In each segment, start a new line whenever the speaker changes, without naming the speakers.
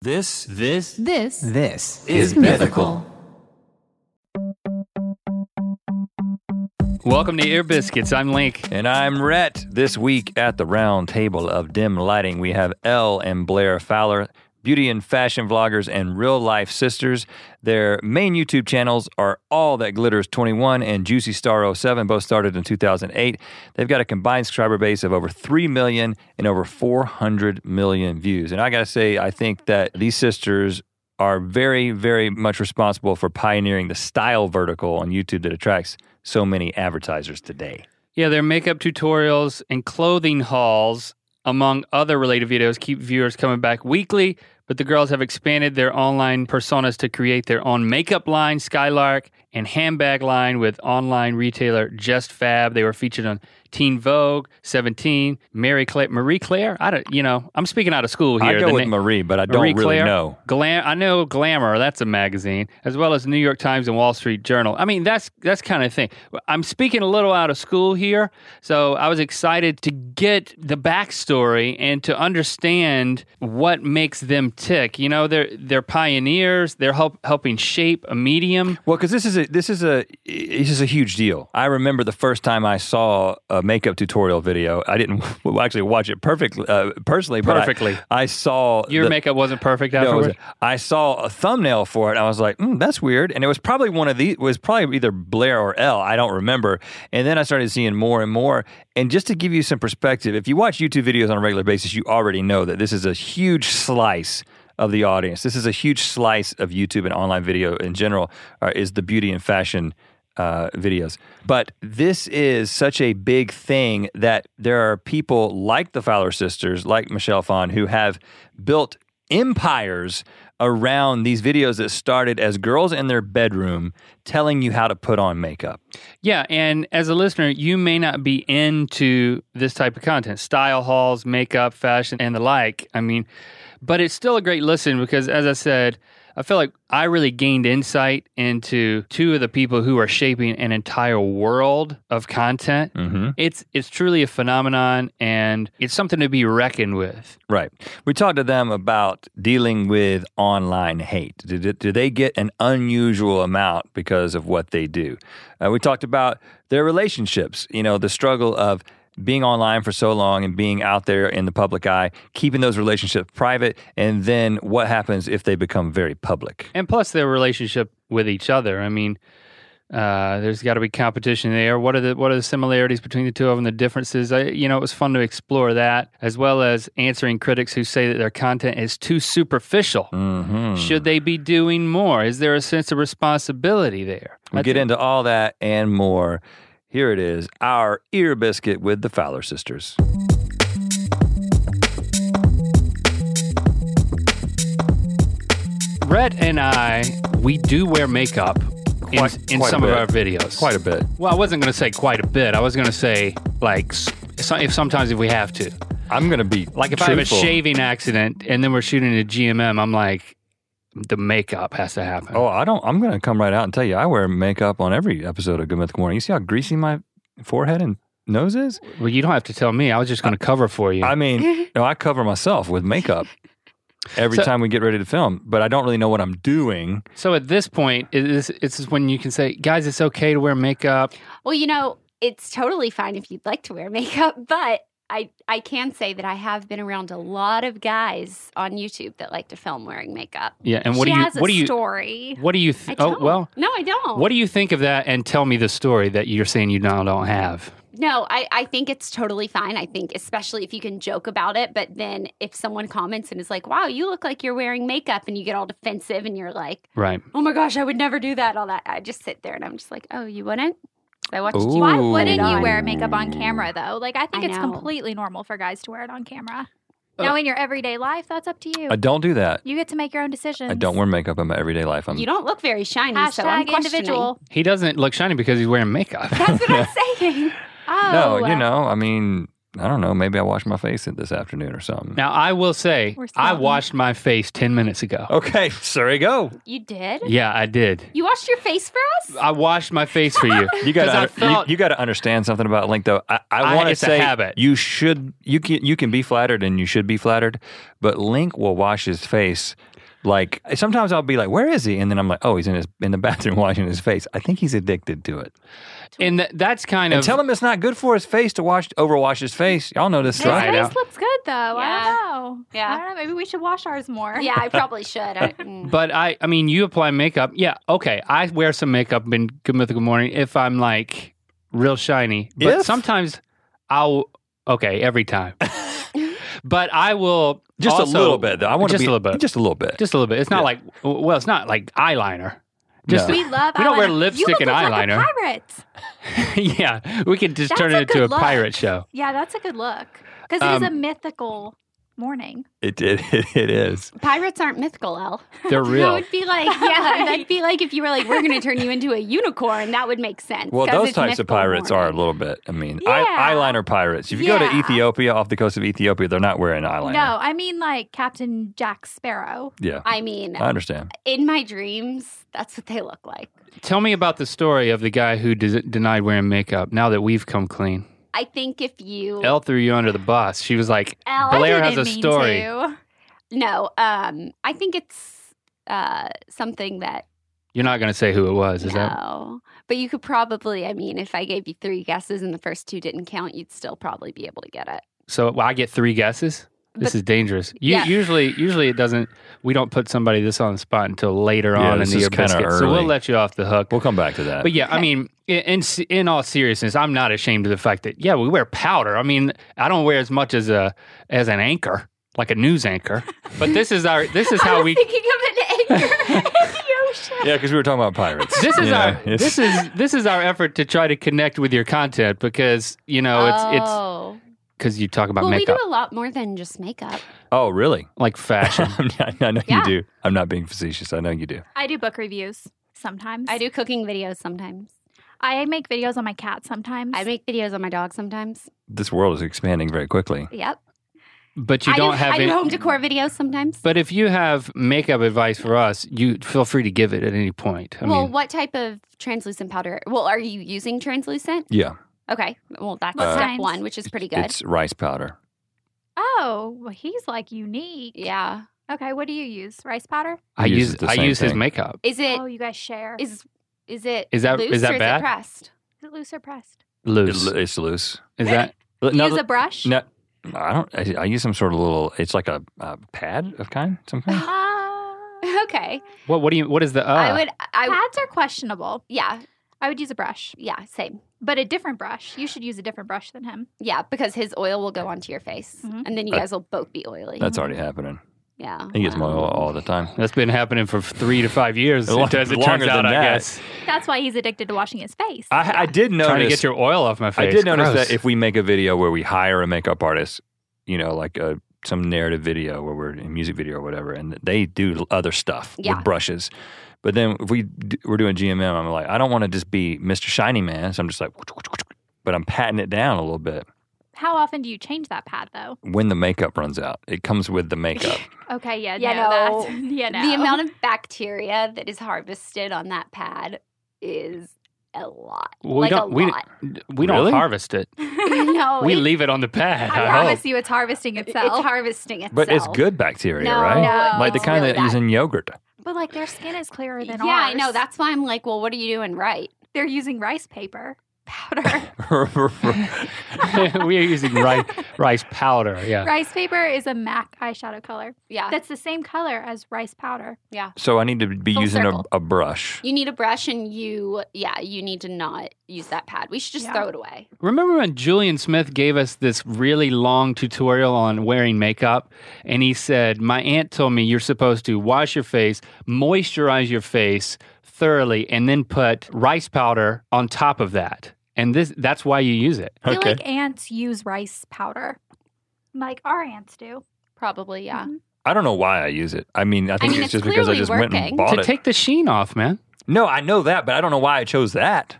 This, this
This
This
is mythical.
Welcome to Ear Biscuits. I'm Link.
And I'm Rhett. This week at the round table of dim lighting, we have Elle and Blair Fowler, beauty and fashion vloggers and real life sisters. Their main YouTube channels are All That Glitters 21 and Juicy Star 07, both started in 2008. They've got a combined subscriber base of over 3 million and over 400 million views. And I got to say, I think that these sisters are very, very much responsible for pioneering the style vertical on YouTube that attracts so many advertisers today.
Yeah, their makeup tutorials and clothing hauls, among other related videos, keep viewers coming back weekly. But the girls have expanded their online personas to create their own makeup line, Skylark, and handbag line with online retailer Just Fab. They were featured on Teen Vogue, Seventeen, Mary Claire, Marie Claire. I don't, you know, I'm speaking out of school here.
I
The
go with
na-
Marie, but I don't
Marie
really
Claire,
know.
Glam, I know Glamour. That's a magazine, as well as New York Times and Wall Street Journal. I mean, that's that's kind of thing. I'm speaking a little out of school here, so I was excited to get the backstory and to understand what makes them tick. You know, they're they're pioneers. They're help, helping shape a medium.
Well, because this is a this is a this is a huge deal. I remember the first time I saw a makeup tutorial video. I didn't well, actually watch it perfectly uh, personally, but I-
Perfectly.
I, saw
Your
the-
makeup wasn't perfect
no, it
afterwards.
was- I saw a thumbnail for it. And I was like, mm, "That's weird," and it was probably one of the it was probably either Blair or L. I don't remember. And then I started seeing more and more. And just to give you some perspective, if you watch YouTube videos on a regular basis, you already know that this is a huge slice of the audience. This is a huge slice of YouTube and online video in general. Uh, is the beauty and fashion uh, videos. But this is such a big thing that there are people like the Fowler sisters, like Michelle Phan, who have built empires around these videos that started as girls in their bedroom telling you how to put on makeup.
Yeah, and as a listener, you may not be into this type of content style hauls, makeup, fashion, and the like. I mean, but it's still a great listen because, as I said, I feel like I really gained insight into two of the people who are shaping an entire world of content.
Mm-hmm.
It's it's truly a phenomenon and it's something to be reckoned with.
Right. We talked to them about dealing with online hate. Do, do- do they get an unusual amount because of what they do? Uh, we talked about their relationships, you know, the struggle of being online for so long and being out there in the public eye, keeping those relationships private, and then what happens if they become very public.
And plus their relationship with each other. I mean, uh, there's got to be competition there. What are the what are the similarities between the two of them? The differences. I, you know, it was fun to explore that, as well as answering critics who say that their content is too superficial.
Mm-hmm.
Should they be doing more? Is there a sense of responsibility there?
we
I
get
think-
into all that and more. Here it is our ear biscuit with the Fowler sisters.
Rhett and I. We do wear makeup in,
Quite-
in
quite a
some of
bit.
our videos.
Quite a bit.
well, I wasn't going to say quite a bit. I was going to say like s- so- if sometimes if we have to.
I'm going to be
Like if I have a shaving accident and then we're shooting a GMM, I'm like, the makeup has to happen.
Oh, I don't. I'm going to come right out and tell you, I wear makeup on every episode of Good Mythical Morning. You see how greasy my forehead and nose is?
Well, you don't have to tell me. I was just going to cover for you.
I mean, no, I cover myself with makeup every
So-
time we get ready to film, but I don't really know what I'm doing.
so at this point, it is, it's just when you can say, guys, it's okay to wear makeup.
Well, you know, it's totally fine if you'd like to wear makeup, but I I can say that I have been around a lot of guys on YouTube that like to film wearing makeup.
Yeah, and what
she
do you?
has a
what do you?
story.
What do you?
I
Th- oh
don't.
well.
no, I don't.
What do you think of that? And tell me the story that you're saying you now don't have.
No, I, I think it's totally fine. I think, especially if you can joke about it, but then if someone comments and is like, wow, you look like you're wearing makeup, and you get all defensive and you're like,
Right.
oh my gosh, I would never do that, all that, I just sit there and I'm just like, oh, you wouldn't? I watched you.
Why
Ooh.
wouldn't you
on.
wear makeup on camera though? Like I think
I
it's
know.
completely normal for guys to wear it on camera.
Uh,
now in your everyday life, that's up to you.
I don't do that.
you get to make your own decisions.
I don't wear makeup in my everyday life. I'm,
You don't look very shiny, so I'm
Hashtag
questioning.
individual.
He doesn't look shiny because he's wearing makeup.
That's what I'm saying.
Oh,
no, you know, I mean, I don't know. Maybe I washed my face this afternoon or something.
now I will say,
We're still
I
on.
washed my face ten minutes ago.
Okay, sorry, go.
You did?
Yeah, I did.
You washed your face for us?
I washed my face for you.
You got
'Cause
to
I felt-
you, got to understand something about Link though. I, I
I-
want to
it's a
say
habit.
you should you can you can be flattered and you should be flattered, but Link will wash his face Like sometimes I'll be like, "Where is he?" And then I'm like, "Oh, he's in his in the bathroom washing his face." I think he's addicted to it.
and th- that's kind
And
of
tell him it's not good for his face to wash overwash his face. Y'all know this
His
stuff.
Try it
face
out.
looks good though. I
Yeah.
don't know.
Yeah.
I don't know. Maybe we should wash ours more.
Yeah, I probably should. I, mm.
But I, I mean, you apply makeup. Yeah, okay. I wear some makeup in Good Mythical Morning if I'm like real shiny. But
If?
sometimes I'll okay every time. but I will
Just a
also-
little bit though. I want to
just
be
a little bit. Just,
Just a little bit.
a little bit. It's not
Yeah.
like well, it's not like eyeliner. Just
We love.
We don't wear
eyeliner.
lipstick
you look
and
like a
eyeliner.
pirate.
yeah, we could just
That's
turn
a
it into
good
a
look.
pirate show.
Yeah, that's a good look because it
Um,
is a mythical morning.
It, it, it, it is.
Pirates aren't mythical, L.
They're
That
real.
would be like, yeah, that'd be like if you were like, we're going to turn you into a unicorn. That would make sense.
Well,
'cause
those
it's
types of
mythical
pirates are a
morning.
little bit. I mean,
Yeah.
eye, eyeliner pirates. If you go to
Yeah.
Ethiopia, off the coast of Ethiopia, they're not wearing eyeliner.
No, I mean like Captain Jack Sparrow.
Yeah,
I mean,
I understand.
in my dreams, that's what they look like.
Tell me about the story of the guy who des- denied wearing makeup. Now that we've come clean,
I think if you
Elle threw you under the bus. She was like,
L-
Blair
I
has
didn't
a
mean
story.
to.
no, um, I think it's uh, something that
"You're not going to say who it was, is that?"
no, but you could probably. I mean, if I gave you three guesses and the first two didn't count, you'd still probably be able to get it.
So well, I get three guesses. This
But-
is dangerous. You,
Yeah.
Usually, usually it doesn't. We don't put somebody this on the spot until later
Yeah,
on in
this
the
is
year
kinda
biscuit. So
early.
we'll let you off the hook.
We'll come back to that.
But yeah, I mean, in in s- in all seriousness, I'm not ashamed of the fact that yeah, we wear powder. I mean, I don't wear as much as a as an anchor, like a news anchor. But this is our this is how we
Thinking of an anchor.
yeah, because we were talking about pirates.
this is
You know,
our
it's-
this is this is our effort to try to connect with your content because you know it's it's
oh.
because you talk about
well,
makeup
we do a lot more than just makeup.
Oh, really?
like fashion.
I know
Yeah.
you do. I'm not being facetious. I know you do.
I do book reviews sometimes.
I do cooking videos sometimes.
I make videos on my cat sometimes.
I make videos on my dog sometimes.
This world is expanding very quickly.
Yep.
but you
I
don't
do,
have
I do
any-
home decor videos sometimes.
But if you have makeup advice for us, you feel free to give it at any point. I
well,
mean,
what type of translucent powder? Well, are you using translucent?
Yeah,
Okay. Well, that's
Uh,
What
step
kinds?
one, which is pretty good.
it's rice powder.
oh, well, he's like unique.
yeah.
Okay, what do you use? Rice powder?
I
He
use
uses the
I
same
use his
thing.
makeup.
Is it?
oh, you guys share. Is
Is is it?
Is that-
loose
is that
or
bad?
Is it pressed?
it loose or pressed?
Loose
It- it's loose.
is that?
No,
You use a brush?
no, I don't. I, I use some sort of little. It's like a, a pad of kind, some kind.
Uh,
Okay.
What what do you? What is the? Uh?
I would. I
pads are questionable.
yeah
I would use a brush,
yeah same
but a different brush. You should use a different brush than him.
yeah because his oil will go onto your face
Mhm.
and then you
Uh,
guys will both be oily.
That's already happening.
yeah.
He gets my oil
Wow.
all the time.
That's been happening for three to five years.
Lo-
as it
longer
turns out,
than
I
that.
guess.
That's why he's addicted to washing his face.
I, I did notice.
Trying to get your oil off my
I
face.
did notice
Gross.
that if we make a video where we hire a makeup artist, you know, like a some narrative video where we're in a music video or whatever, and they do other stuff
Yeah.
with brushes. But then if we d- we're doing GMM, I'm like, I don't want to just be Mr. Shiny Man, so I'm just like, but I'm patting it down a little bit.
How often do you change that pad though?
When the makeup runs out, it comes with the makeup.
Okay, yeah,
Yeah,
no,
no.
that's- yeah, no.
The amount of bacteria that is harvested on that pad is a lot.
we
like
don't
a
we,
lot.
we don't
Really?
harvest it.
no,
We
it-
leave it on the pad.
I
I hope.
promise you, it's harvesting
it's
itself.
harvesting itself.
but it's good bacteria,
No,
right?
no,
like the
it's
kind
really
that is
bad.
in yogurt.
But like their skin is clearer
Yeah,
than
I
ours.
know. That's why I'm like, well, what are you doing right?
they're using rice paper powder.
we are using rice rice powder. Yeah.
rice paper is a MAC eyeshadow color.
Yeah,
That's the same color as rice powder.
so I need to be
Full
using a,
circle.
a brush.
you need a brush, and you, yeah, you need to not use that pad. We should just
Yeah.
throw it away.
Remember when Julian Smith gave us this really long tutorial on wearing makeup? And he said, My aunt told me you're supposed to wash your face, moisturize your face thoroughly, and then put rice powder on top of that. And this that's why you use it.
I feel like ants use rice powder. Like our ants do.
Probably, yeah.
Mhm.
I don't know why I use it. I mean, I think
mean,
it's,
it's
just because I
clearly
just went and
working.
bought
to
it.
take the sheen off, man.
no, I know that, but I don't know why I chose that.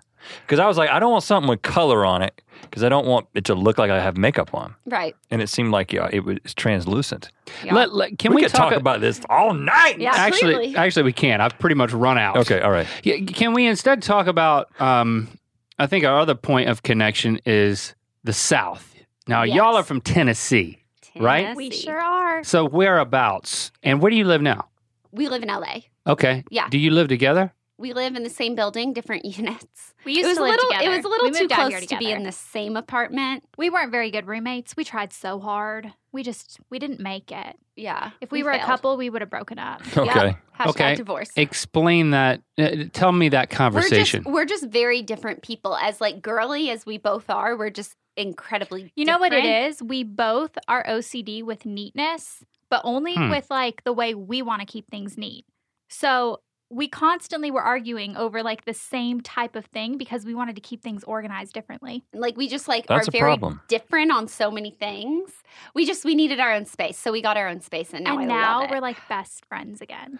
Because I was like, I don't want something with color on it because I don't want it to look like I have makeup on.
Mm-hmm. Right.
And it seemed like yeah, it was translucent.
Yeah.
Let- let- can
we,
we,
could talk,
a-
about this all night.
Yeah.
actually
Clearly.
actually we can. I've pretty much run out.
Okay, all right.
Yeah, Can we instead talk about? Um, I think our other point of connection is the South. Now,
Yes.
y'all are from Tennessee, Right?
We
Tennessee.
sure are.
so whereabouts and where do you live now?
We live in LA.
Okay.
Yeah.
Do you live together?
We live in the same building, different units.
We used
it was
to
a
live
little
together.
it was a little
We
too
moved out
close
here
to be in
together.
the same apartment.
We weren't very good roommates. We tried so hard. We just we didn't make it.
Yeah.
If we, were
failed.
a couple, we would have broken up.
Okay.
Hashtag
Okay.
divorce.
Explain that. Uh, tell me that conversation.
We're just, we're just very different people. As like girly as we both are, we're just incredibly.
You know what it is? We both are OCD with neatness, but only
Hmm.
with like the way we want to keep things neat. So we constantly were arguing over like the same type of thing because we wanted to keep things organized differently.
Like we just like
That's
are
a
very
problem.
different on so many things. We just we needed our own space, so we got our own space, and now I love
and now
it.
we're like best friends again.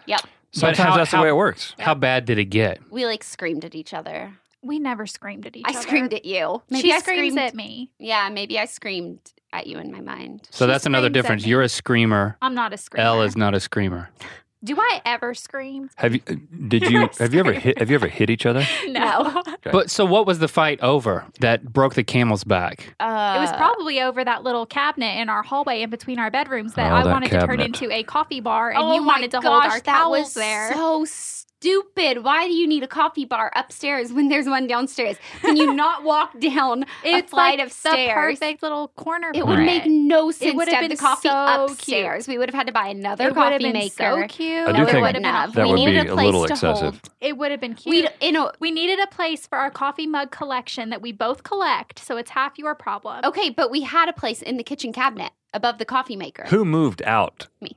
Sometimes
how-
that's
how-
the way it works.
How bad did it get?
we like screamed at each other.
We never screamed at each
I
other.
screamed at you.
she
I
screams
screamed-
at me.
Yeah, maybe I screamed at you in my mind.
So
She
that's another
screams at
difference.
me.
You're a screamer.
I'm not a screamer.
Elle is not a screamer.
Do I ever scream?
Have you? Did you? Have you ever hit? Have you ever hit each other?
No.
Okay.
But so what was the fight over that broke the camel's back?
Uh,
It was probably over that little cabinet in our hallway in between our bedrooms that
Oh,
I
that
wanted to turn
cabinet.
into a coffee bar, and
Oh
you
my
wanted to
gosh,
hold our
that
towels
was
there.
So stupid. Why do you need a coffee bar upstairs when there's one downstairs? Can you not walk down a
it's
flight
like
of stairs?
the perfect little corner.
It
for
would make no sense
would've
to have the
been
coffee
so cute.
upstairs. We would have had to buy another
It would
coffee
have been
maker.
so cute.
I do
we
think
wouldn't have.
that
we
would
needed
be
a
a
place
little
to
excessive.
hold.
it would have been cute.
We, you know,
We needed a place for our coffee mug collection that we both collect, so it's half your problem.
okay, but we had a place in the kitchen cabinet above the coffee maker.
Who moved out?
Me.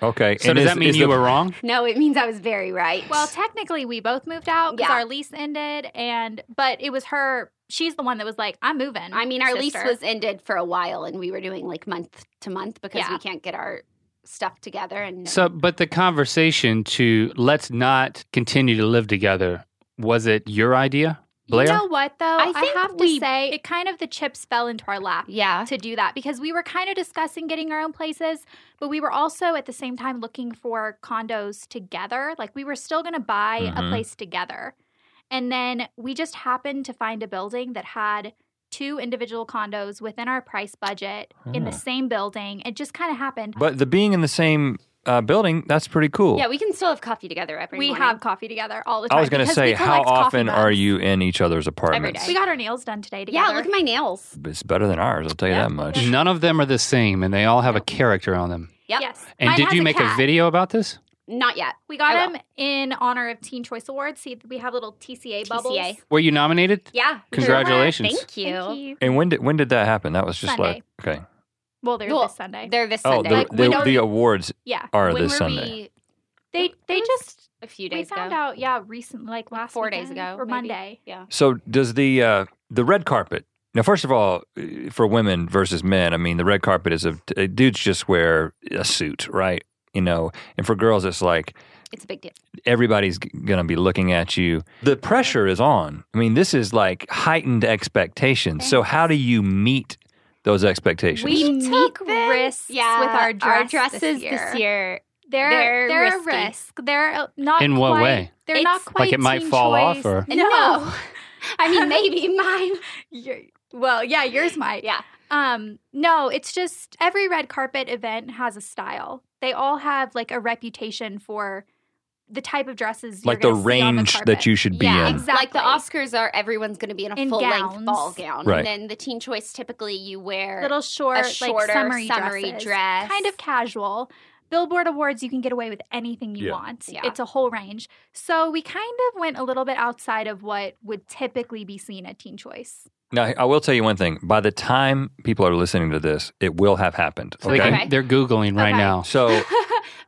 Okay.
So
and
does
is-
that mean
is
you
the-
were wrong?
No, it means I was very right.
Well, technically, we both moved out because
Yeah.
our lease ended, and but it was her. She's the one that was like, "I'm moving."
I mean, our lease
sister."
was ended for a while, and we were doing like month to month because
Yeah.
we can't get our stuff together. And
So, but the conversation to let's not continue to live together was it your idea, Blair?
You know what though?
I
I,
think
have
we-
to say it kind of the chips fell into our lap
yeah,
Uh-huh.
to do that because we were kind of discussing getting our own places, but we were also at the same time looking for condos together. Like we were still going to buy
Mhm.
a place together. And then we just happened to find a building that had two individual condos within our price budget in the
Hmm.
same building. It just kind of happened.
But the being in the same uh, building, that's pretty cool.
yeah, we can still have coffee together every.
we
morning.
have coffee together all the time.
I was going to
because we
say, how
collect coffee
often are
mugs.
you in each other's apartments?
day.
We got our nails done today together.
Yeah, look at my nails.
It's better than ours, I'll tell you
Yeah.
that much.
None of them are the same, and they all have a character on them.
Yep.
Yes.
And
Mine
did
has
you make a
cat.
video about this?
Not yet.
We got
I will.
them in honor of Teen Choice Awards. See, we have little TCA bubbles.
TCA.
Were you nominated?
Yeah. we sure were.
Congratulations.
Thank you.
Thank you.
And when did when did that happen? That was just
Sunday.
like okay.
Well, they're
Well,
this Sunday.
They're this
Oh,
Sunday.
the,
Like,
the,
when are-
the awards
yeah,
are
when
this
were
Sunday.
we-
they they just
a few
we
days
found
ago.
out. Yeah, recently, like last
four days
weekend
ago,
or
maybe.
Monday.
Yeah.
So does the uh, the red carpet? Now, first of all, uh, for women versus men, I mean, the red carpet is a, uh, dudes just wear a suit, right? You know, and for girls, it's like
It's a big deal.
everybody's g- gonna be looking at you. The pressure is on. I mean, this is like heightened expectations. So how do you meet those expectations?
We took
them-
risks
yeah,
with our dress
dresses
this
this year.
year. They're
They're
they're a
risky.
risk. They're uh, not
In what
quite-
way?
They're not
It's-
quite
like it might
Teen
fall off,
Choice.
or
No. I mean, maybe mine.
Your- well, yeah, yours might.
Yeah.
Um, no, it's just every red carpet event has a style. They all have like a reputation for the type of dresses,
like the
you're gonna see on
range
the
that
carpet.
you should be
yeah,
in.
Like the
Exactly.
Oscars are everyone's going to be in a
In
full length
gowns.
ball gown.
Right.
And then the Teen Choice, typically you wear
little short,
a shorter
like summery,
summery
dresses.
dress.
kind of casual. Billboard Awards, you can get away with anything you
Yeah.
want.
Yeah.
It's a whole range. So we kind of went a little bit outside of what would typically be seen at Teen Choice.
Now, I will tell you one thing. By the time people are listening to this, it will have happened.
So they can-
Okay.
They're Googling right
Okay.
now.
So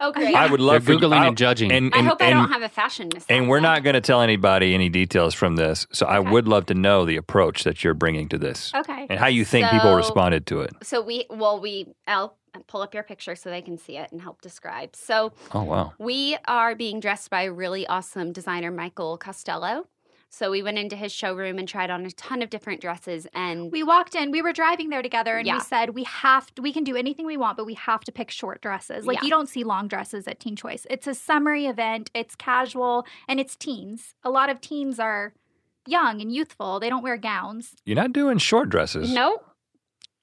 okay.
I would love
they're
for you-
Googling
I-
and judging.
And,
I
and-
hope I
and-
don't have a fashion mistake.
and we're not going to tell anybody any details from this. So I
Okay.
would love to know the approach that you're bringing to this
Okay.
and how you think people
So-
responded to it.
So we, well, we, I'll pull up your picture so they can see it and help describe. So
Oh, wow.
we are being dressed by a really awesome designer, Michael Costello. So we went into his showroom and tried on a ton of different dresses, and
We walked in, we were driving there together, and
Yeah.
we said, We have to, we can do anything we want, but we have to pick short dresses. Like,
Yeah.
you don't see long dresses at Teen Choice. It's a summery event, it's casual, and it's teens. A lot of teens are young and youthful. They don't wear gowns.
You're not doing short dresses.
nope.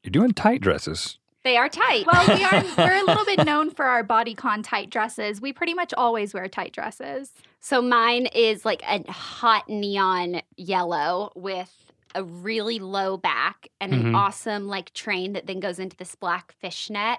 You're doing tight dresses.
They are tight.
Well, we are we're a little bit known for our bodycon tight dresses. We pretty much always wear tight dresses.
So mine is like a hot neon yellow with a really low back and an
Mhm.
awesome like train that then goes into this black fishnet.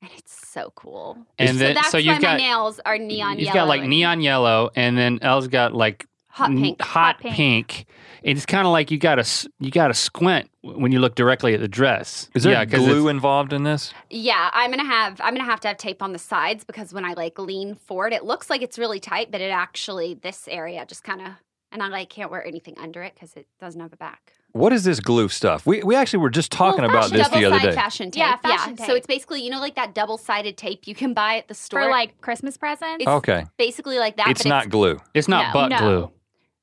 And it's so cool.
And
so
then-
that's
so
why
you've
my
got-
nails are neon
He's
yellow.
got like
and
neon yellow, and then Elle's got like
hot
n-
pink.
hot,
Hot pink.
pink. It's kind of like you got to you got to squint when you look directly at the dress.
Is there
yeah, 'cause
glue
it's-
involved in this?
Yeah, I'm gonna have I'm gonna have to have tape on the sides because when I like lean forward, it looks like it's really tight, but it actually this area just kind of and I like can't wear anything under it because it doesn't have a back.
What is this glue stuff? We, we actually were just talking
Well,
about
fashion-
this the other
double-sided
day.
Fashion tape.
Yeah,
Yeah,
fashion
So
tape.
it's basically you know like that double-sided tape you can buy at the store.
For like Christmas presents.
It's-
Okay.
basically like that.
It's
but
not glue.
It's not
No,
butt
no.
glue.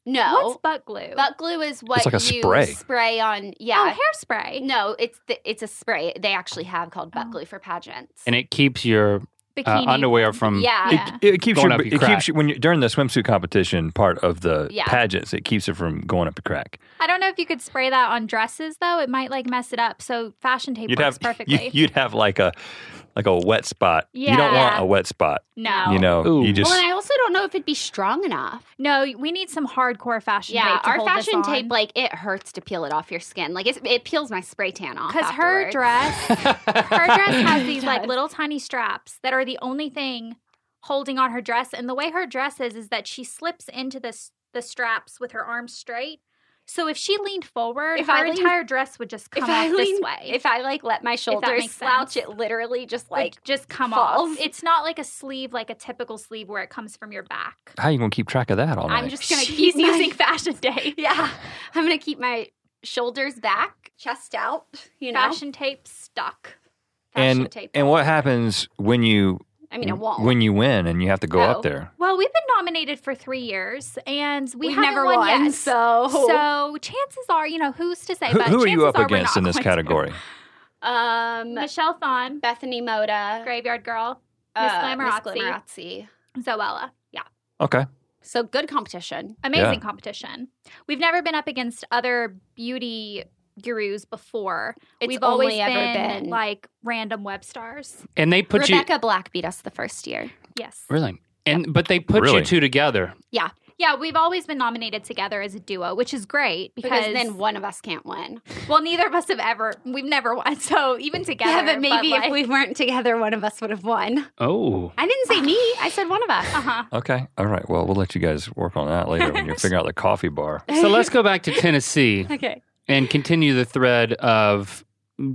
What's
no
butt glue?
butt glue is what
like a
you
spray.
spray on.
Oh,
Yeah,
hairspray.
no, it's the, it's a spray they actually have called butt
Oh.
glue for pageants.
and it keeps your uh,
Bikini.
underwear from
yeah,
Yeah.
um, It, it keeps
Going
your,
up your
it
crack.
keeps you, when you during the swimsuit competition part of the
Yeah.
pageants, it keeps it from going up your crack.
I don't know if you could spray that on dresses though. It might like mess it up. So fashion tape
You'd
works
have
perfectly.
You, would have like a like a wet spot. You don't
Yeah. Oh.
want a wet spot.
no.
You know,
Ooh.
you just
well, and I also don't know if it'd be strong enough.
No, we need some hardcore fashion
Yeah,
tape. to
our
hold this
fashion tape
on.
like it hurts to peel it off your skin. Like it's, it peels my spray tan off.
Because her
afterwards.
dress, her dress has these
It
like
does.
little tiny straps that are the only thing holding on her dress. And the way her dress is, is that she slips into this the straps with her arms straight. So if she leaned forward,
If
her
I lean-
entire dress would just
If
come off
I
this
lean-
way.
if I like let my shoulders
makes
slouch,
sense.
it literally just
Would
like
just come
falls.
off. It's not like a sleeve, like a typical sleeve where it comes from your back.
how you gonna keep track of that all night?
I'm just gonna keep
She's
my-
using fashion tape.
Yeah. I'm going to keep my shoulders back, chest out, you know.
Fashion tape stuck.
Fashion
and
tape.
and what happens when you
I mean, it won't.
when you win and you have to go
No.
up there?
Well, we've been nominated for three years, and we
We've
haven't
never
won,
won,
yet.
so-
so chances are, you know, who's to say?
Who,
but
who are you
chances
up
we're
against
not
in this
going to.
category?
um
Michelle Thon,
Bethany Moda,
Graveyard Girl, Miss
uh,
Glamorazzi.
Glamorazzi.
Zoella. Yeah,
Okay.
So good competition.
amazing competition. We've never been up against other beauty gurus before.
It's
We've
only
always
ever
been,
been-
like random web stars.
and they put
Rebecca Black beat us the first year.
Yes.
you really and but they put
Really?
you two together.
Yeah, we've always been nominated together as a duo, which is great because,
Because then one of us can't win.
well, neither of us have ever we've never won. So even together, like,
weren't together, one of us would have won.
Oh,
I didn't say me. I said one of us.
uh-huh.
Okay. All right. Well, we'll let you guys work on that later when you figure out the coffee bar.
so let's go back to Tennessee
Okay.
and continue the thread of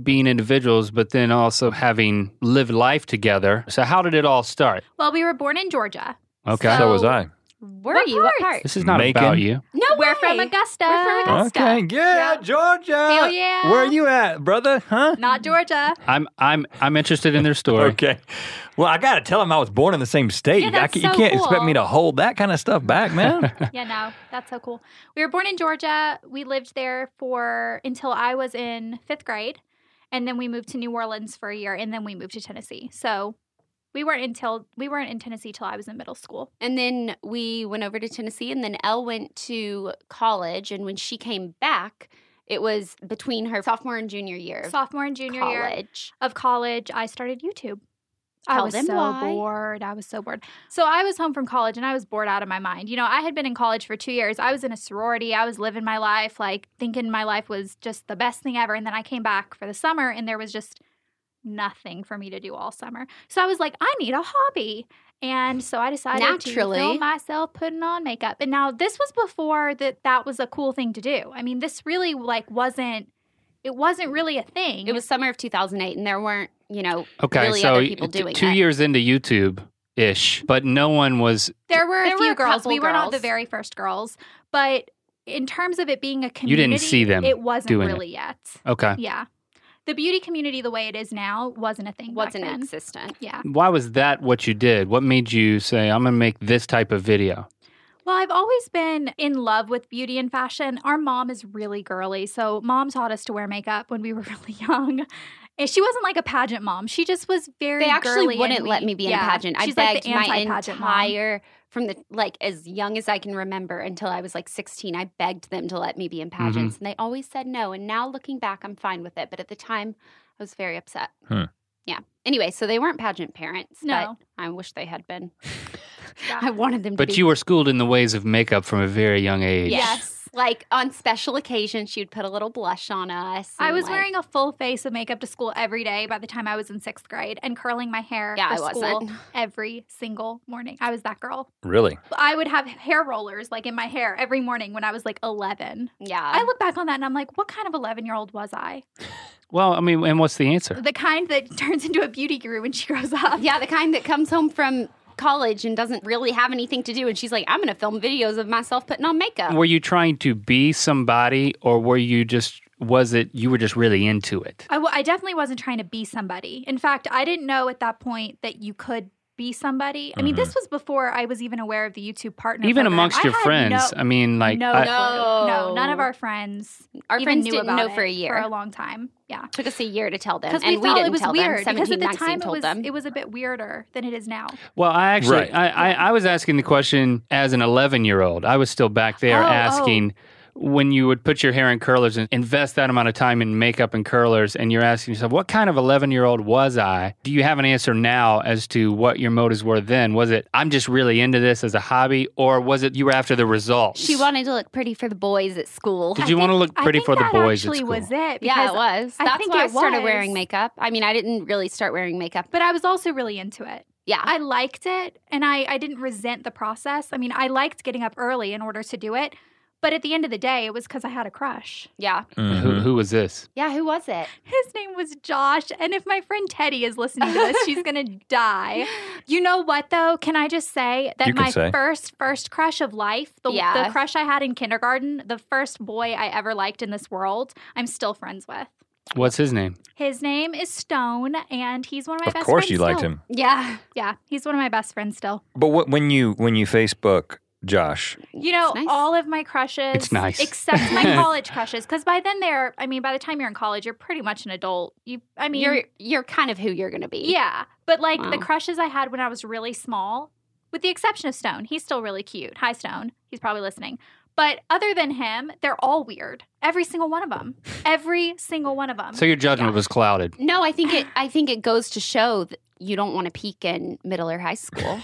being individuals, but then also having lived life together. So how did it all start?
Well, we were born in Georgia.
Okay,
So was I.
Were
What
you? What
part?
part?
this is not
Macon.
about you.
No,
We're from
way.
Augusta.
We're from Augusta.
Okay. Yeah, Georgia.
Hell yeah.
Where are you at, brother? Huh?
Not Georgia.
I'm I'm I'm interested in their story.
Okay. Well, I got to tell him I was born in the same state.
Yeah,
I
that's
ca- you
so
can't
cool.
expect me to hold that kind of stuff back, man.
yeah, no, that's so cool. We were born in Georgia. We lived there for until I was in fifth grade, and then we moved to New Orleans for a year, and then we moved to Tennessee. So we weren't until we weren't in Tennessee till I was in middle school.
And then we went over to Tennessee, and then Elle went to college. And when she came back, it was between her sophomore and junior year of
Sophomore and junior year
college.
of college, I started YouTube. I
Tell
was
them
so
why.
bored. I was so bored. So I was home from college and I was bored out of my mind. You know, I had been in college for two years. I was in a sorority. I was living my life, like thinking my life was just the best thing ever. And then I came back for the summer and there was just nothing for me to do all summer. So I was like, I need a hobby. And so I decided
Naturally.
to film myself putting on makeup. And now this was before that that was a cool thing to do. I mean, this really like wasn't it wasn't really a thing.
It was summer of 2008, and there weren't, you know,
Okay,
really
so
other people
t-
doing
two
it.
years into YouTube ish, but no one was.
There were
There
a
were
few
a
girls.
couple
We were not the
girls.
very first girls, but in terms of it being a
You
community,
didn't see them
It wasn't
doing it.
really yet.
Okay,
Yeah, the beauty community, the way it is now, wasn't a thing.
wasn't
back then.
existent.
Yeah.
why was that what you did? What made you say I'm gonna make this type of video?
Well, I've always been in love with beauty and fashion. Our mom is really girly, so mom taught us to wear makeup when we were really young. And she wasn't like a pageant mom. She just was very.
They actually
girly and
wouldn't let
we-
me be in
yeah.
a pageant. I
She's like
begged
the
my
anti-pageant mom.
entire from the like as young as I can remember until I was like 16. I
Mm-hmm.
begged them to let me be in pageants, and they always said no. And now looking back, I'm fine with it. But at the time, I I was very upset.
Hmm.
Yeah. Anyway, so they weren't pageant parents.
No.
But I wish they had been.
Yeah.
I wanted them to
But
be.
you were schooled in the ways of makeup from a very young age.
Yes. Like on special occasions, she would put a little blush on us.
I
and,
was
like-
wearing a full face of makeup to school every day by the time I was in sixth grade and curling my hair
Yeah,
for
I
school
wasn't.
every single morning. I was that girl.
Really?
I would have hair rollers like in my hair every morning when I was like 11.
Yeah.
I look back on that and I'm like, what kind of 11 year old was I?
Well, I mean, and what's the answer?
The kind that turns into a beauty guru when she grows up.
yeah, the kind that comes home from college and doesn't really have anything to do. And she's like, I'm going to film videos of myself putting on
Oh.
makeup.
Were you trying to be somebody or were you just, was it, you were just really into it?
I, w- I definitely wasn't trying to be somebody. In fact, I didn't know at that point that you could be somebody. I mean, this was before I was even aware of the YouTube partner.
Mm-hmm. Even
program.
amongst
I
your
had
friends.
no-
I mean, like,
no,
I-
clue.
No.
no, none of our friends.
Our
even
friends
knew
didn't
about
know
it
for a year.
for a long time. Yeah,
took us a year to tell them.
because we
and we,
felt
didn't
it was
tell
weird.
them.
Because
17,
at the
19
time it
told
was
them.
it was a bit weirder than it is now.
well, I actually,
Right.
I, I, I was asking the question as an 11 year old. I was still back there
Oh, oh.
asking when you would put your hair in curlers and invest that amount of time in makeup and curlers, and you're asking yourself, what kind of 11 year old was I? Do you have an answer now as to what your motives were then? Was it, I'm just really into this as a hobby, or was it you were after the results?
she wanted to look pretty for the boys at school.
Did you want to look
I
pretty
think
for the
that
boys? at
Actually,
school?
was it?
yeah,
because-
it was.
I
That's
think
why
it
I started
was.
wearing makeup. I mean, I didn't really start wearing makeup.
But I was also really into it.
Yeah.
I liked it and I, I didn't resent the process. I mean, I liked getting up early in order to do it. But at the end of the day, it was because I had a crush.
yeah.
Mm-hmm.
Who, who was this?
Yeah, who was it?
His name was Josh. And if my friend Teddy is listening to this, she's going to die. You know what, though? Can I just say
You
that
can
my
say.
first, first crush of life, the,
Yeah.
the crush I had in kindergarten, the first boy I ever liked in this world, I'm still friends with.
What's his name?
His name is Stone, and he's one of my
Of
best
course,
friends.
you liked
still.
him.
Yeah.
Yeah, he's one of my best friends still.
But what, when you when you Facebook Josh,
You know,
It's nice.
all of my crushes.
It's nice.
Except my college crushes. Because by then they're, I mean, by the time you're in college, you're pretty much an adult. You, I mean,
you're you're kind of who you're going to be.
yeah. But like the
Wow.
crushes I had when I was really small, with the exception of Stone, he's still really cute. Hi, Stone. He's probably listening. But other than him, they're all weird. Every single one of them. Every single one of them.
So your judgment was clouded.
No, I think it I think it goes to show that you don't want to peak in middle or high school.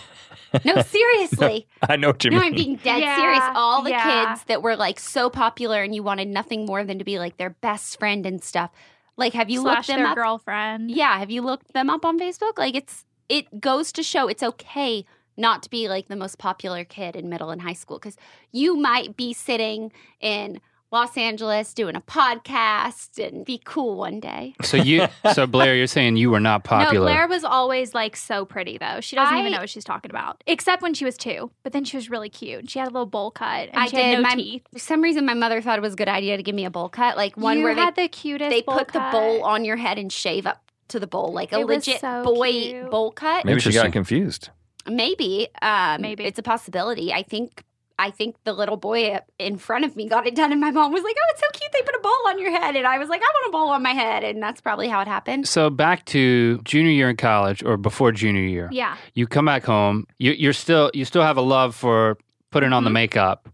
no, seriously.
I know what you
No,
mean.
I'm being dead
Yeah,
serious. All the
yeah.
kids that were like so popular and you wanted nothing more than to be like their best friend and stuff. Like, have you looked
slash
them
their
up?
girlfriend.
Yeah, have you looked them up on Facebook? Like, it's it goes to show it's okay not to be like the most popular kid in middle and high school because you might be sitting in Los Angeles doing a podcast and be cool one day.
So you, so Blair, you're saying you were not popular.
No, Blair was always like so pretty though. She doesn't even
I-
know what she's talking about, except when she was two. But then she was really cute. and She had a little bowl cut. And
I
she had
did.
no
My-
teeth.
For some reason, my mother thought it was a good idea to give me a bowl cut, like one
you
where they
had the cutest.
they
bowl
put the
cut.
bowl on your head and shave up to the bowl, like a
It was
legit
so
boy
cute.
bowl cut.
Maybe she got
Interesting.
confused.
Maybe, um,
Maybe.
it's a possibility. I think. I think the little boy in front of me got it done, and my mom was like, "Oh, it's so cute! They put a bowl on your head." And I was like, "I want a bowl on my head," and that's probably how it happened.
So back to junior year in college or before junior year,
Yeah,
you come back home. You, you're still you still have a love for putting on the
Mhm.
makeup,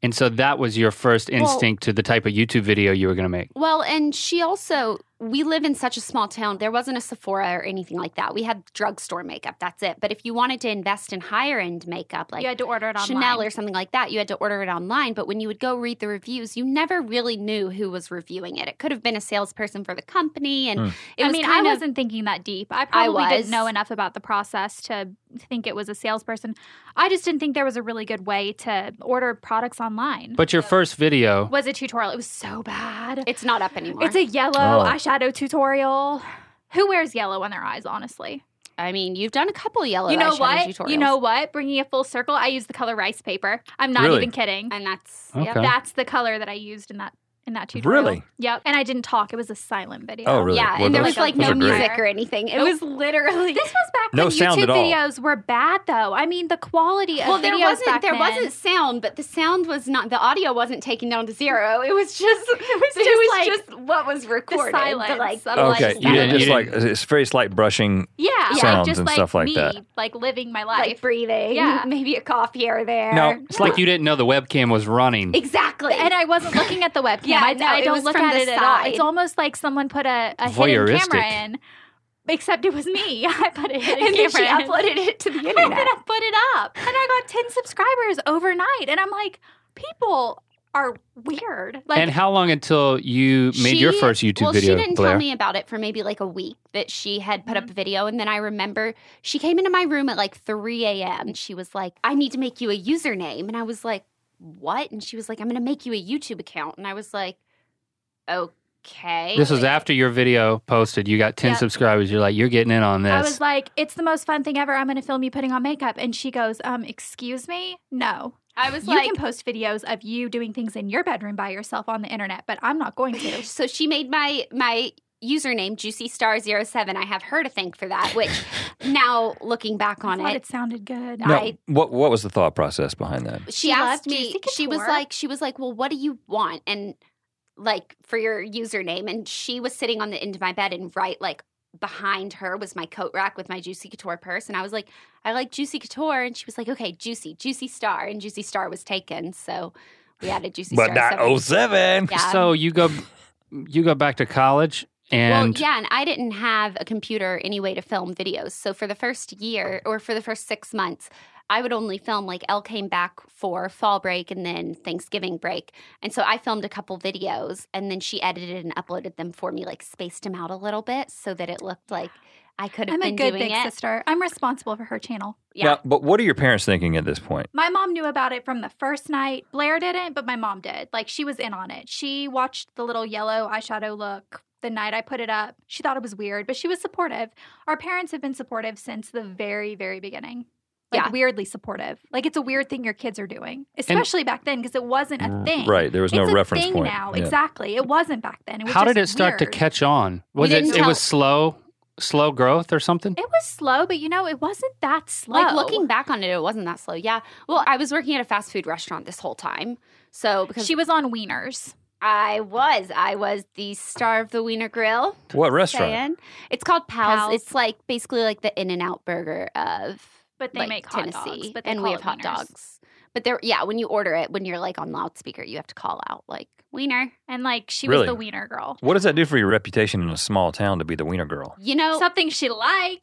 and so that was your first instinct to the type of YouTube video you were going to make.
Well, and she also, we live in such a small town. There wasn't a Sephora or anything like that. We had drugstore makeup. That's it. But if you wanted to invest in higher end makeup, like
you had to order it online.
Chanel or something like that, you had to order it online. But when you would go read the reviews, you never really knew who was reviewing it. It could have been a salesperson for the company, and
Hmm.
it was
I mean,
kind
I
of
wasn't thinking that deep. I probably
was.
didn't know enough about the process to think it was a salesperson. I just didn't think there was a really good way to order products online.
But your first video,
was a tutorial. It was so bad.
It's not up anymore.
It's a yellow
Oh.
eyeshadow tutorial. Who wears yellow on their eyes, honestly?
I mean, you've done a couple yellow.
you know
eyeshadow
what?
Tutorials.
You know what? Bringing it full circle, I used the color rice paper. I'm not
Really?
even kidding.
and that's
Okay.
yeah,
That's the color that I used in that in that tutorial.
Really?
Yep. And I didn't talk. It was a silent video.
Oh, really?
yeah.
Well,
and there
those-
was like
those
no
are great.
music or anything. It was literally.
This was back
No
when
sound
YouTube
at all.
videos were bad, though. I mean, the quality of
well, there
videos
wasn't
back
there
then-
wasn't sound, but the sound was not the audio wasn't taken down to zero. It was just it was just,
like,
what was recorded. but,
silence
like,
of, like,
Okay, you
you
didn't,
didn't-
just like it's very slight brushing.
Yeah, like
sounds
just
and
like
stuff like
me,
that.
like living my life.
like breathing.
Yeah.
maybe a cough here or there.
No.
it's like you didn't know the webcam was running.
exactly.
and I wasn't looking at the webcam. Yeah,
I,
I, I don't look at it at all. It's
all
almost like someone put a, a hidden camera
Voyeuristic.
in, except it was me. I put a hidden
and then she
camera in.
uploaded it to the
and
internet.
then I put it up, and I got ten subscribers overnight. And I'm like, people are weird. Like,
and how long until you made your
She-
first YouTube
well,
video,
she didn't
Blair?
tell me about it for maybe like a week that she had put up a video, and then I remember she came into my room at like 3 a.m. She was like, "I need to make you a username," and I was like, "What?" And she was like, "I'm going to make you a YouTube account," and I was like, "Okay."
This was after your video posted. You got 10
Yeah.
subscribers. You're like, you're getting in on this.
I was like, it's the most fun thing ever. I'm going to film you putting on makeup. And she goes, um, excuse me? No.
I was
you
like,
can post videos of you doing things in your bedroom by yourself on the internet, but I'm not going to.
so she made my my username juicy star 07 i have her to thank for that which now looking back on
thought
it
it sounded good.
No,
I-
what what was the thought process behind that?
she,
She
asked
loved
me
Juicy
she was
Couture.
like she was like well what do you want and like for your username and she was sitting on the end of my bed and right like behind her was my coat rack with my juicy couture purse and i was like i like juicy couture and she was like okay juicy juicy star and juicy star was taken so we added juicy
But
star
not
07.
07.
yeah
So you go, you go back to college, and
well, yeah, and I didn't have a computer any way to film videos. So for the first year or for the first six months, I would only film like Elle came back for fall break and then Thanksgiving break. And so I filmed a couple videos and then she edited and uploaded them for me, like spaced them out a little bit so that it looked like I could have
I'm a
been
good
doing
big
it.
sister. I'm responsible for her channel.
Yeah.
Now, but what are your parents thinking at this point?
My mom knew about it from the first night. Blair didn't, but my mom did. Like she was in on it. She watched the little yellow eyeshadow look the night I put it up. She thought it was weird, but she was supportive. Our parents have been supportive since the very, very beginning. Like
Yeah.
weirdly supportive. Like it's a weird thing your kids are doing, especially back then because it wasn't a thing.
Mm, Right, there was no
It's a
reference
thing
point.
now.
Yeah.
Exactly. It wasn't back then. It was
how did it
just
start
weird.
to catch on? Was it?
didn't
It
tell-
was slow, slow growth or something.
It was slow, but you know, it wasn't that slow.
Like looking back on it, it wasn't that slow. Yeah. Well, I was working at a fast food restaurant this whole time. So because
she was on Wieners.
I was, I was the star of the Wiener Grill.
What restaurant?
saying. It's called Pals.
Pals.
It's like basically like the In and Out burger of
But they
like,
make hot
Tennessee,
dogs. But they
and
call
we
it
have hot
Wieners.
dogs. But they're yeah, when you order it, when you're like on loudspeaker, you have to call out like wiener.
And like she
Really?
was the wiener girl.
What does that do for your reputation in a small town to be the wiener girl?
You know.
Something she liked.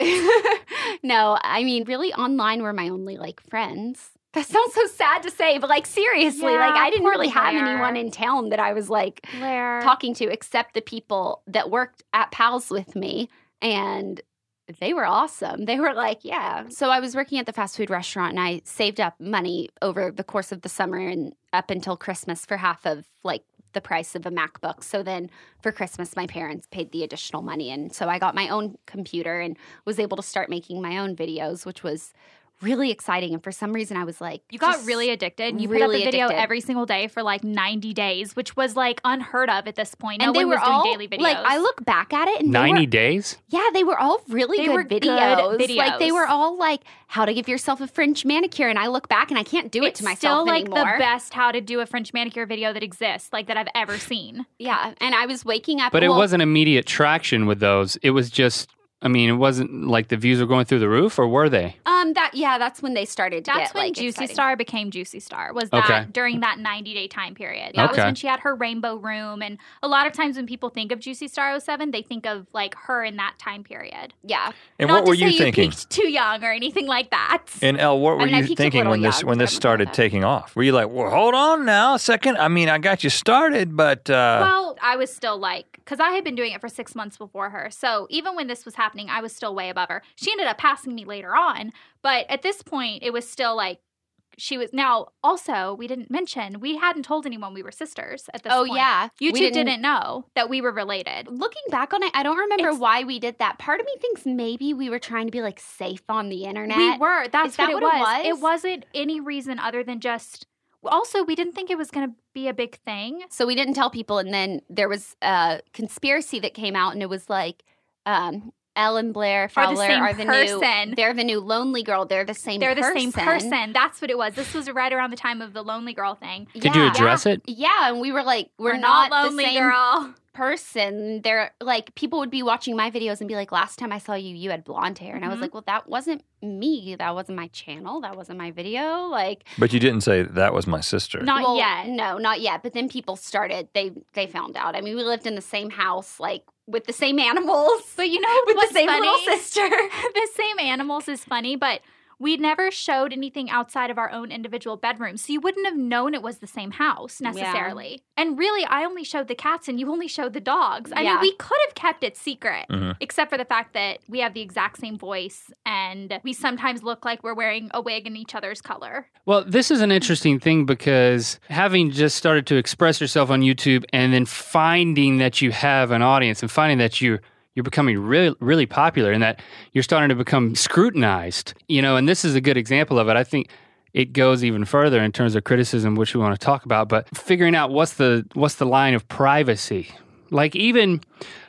no, I mean really, online were my only like friends. That sounds so sad to say, but like seriously,
Yeah,
like I didn't
poor
really have
Blair.
anyone in town that I was like
Blair.
talking to except the people that worked at Pals with me and they were awesome. They were like, yeah. So I was working at the fast food restaurant and I saved up money over the course of the summer and up until Christmas for half of like the price of a MacBook. So then for Christmas my parents paid the additional money and so I got my own computer and was able to start making my own videos, which was really exciting and for some reason I was like
you got
just-
really addicted. and You put
really
up a video
addicted.
every single day for like 90 days, which was like unheard of at this point. No
and they
one
were
was
all
doing daily videos.
like I look back at it and they were
Ninety days.
Yeah, they were all really
They
good
were good
videos. Like they
videos.
were all like how to give yourself a French manicure, and I look back and I can't do it
it's
to myself
still like
anymore.
the best how to do a French manicure video that exists, like that I've ever seen.
yeah, and I was waking up,
But it
well,
wasn't immediate traction with those. It was just. I mean, it wasn't like the views were going through the roof, or were they?
Um, that yeah, that's when they started. To
That's
get,
when
like,
Juicy
exciting.
Star became Juicy Star. Was that
Okay.
during that 90 day time period? That
Okay.
was when she had her rainbow room. And a lot of times when people think of Juicy Star 07, they think of like her in that time period.
Yeah,
And
Not
what were
to say
you thinking?
peaked too young or anything like that.
And El, what were
mean, I
you
peaked a
thinking
little
when this
young,
when
so I
this
don't know
started
that.
taking off? Were you like, well, hold on now, a second? I mean, I got you started, but uh,
well, I was still like, because I had been doing it for six months before her. So even when this was happening, I was still way above her. She ended up passing me later on. But at this point, it was still like, she was now also we didn't mention we hadn't told anyone we were sisters at this
oh
point.
yeah,
You
We
2 didn't know that we were related.
Looking back on it, I don't remember
It's-
why we did that. Part of me thinks maybe we were trying to be like safe on the internet.
We were. That's
that
what,
what it
it was.
was?
It wasn't any reason other than just. Also, we didn't think it was going to be a big thing.
So we didn't tell people. And then there was a conspiracy that came out, and it was like, um, Ellen Blair
Are the
Fowler
same
are the
person.
new. They're the new lonely girl. They're the same.
They're the same person. That's what it was. This was right around the time of the Lonely Girl thing.
Did you
Yeah.
address it?
Yeah, and we were like, we're,
We're, not,
the
lonely
same
girl.
person, they're like people would be watching my videos and be like, "Last time I saw you, you had blonde hair," and I was
Mhm.
like, "Well, that wasn't me. That wasn't my channel. That wasn't my video. Like,
But you didn't say that was my sister.
Not
well,
yet.
No, not yet. But then people started. They they found out. I mean, we lived in the same house, like with the same animals,
But you know
with
what's
the same
funny?
little sister.
the same animals is funny, but we never showed anything outside of our own individual bedrooms. So you wouldn't have known it was the same house
Yeah.
necessarily. And really, I only showed the cats and you only showed the dogs. I
Yeah.
mean, we could have kept it secret,
Mhm.
except for the fact that we have the exact same voice and we sometimes look like we're wearing a wig in each other's color.
Well, this is an interesting thing because having just started to express yourself on YouTube and then finding that you have an audience and finding that you you're becoming really really popular and that you're starting to become scrutinized, you know, and this is a good example of it. I think it goes even further in terms of criticism which we want to talk about, but figuring out what's the what's the line of privacy. Like even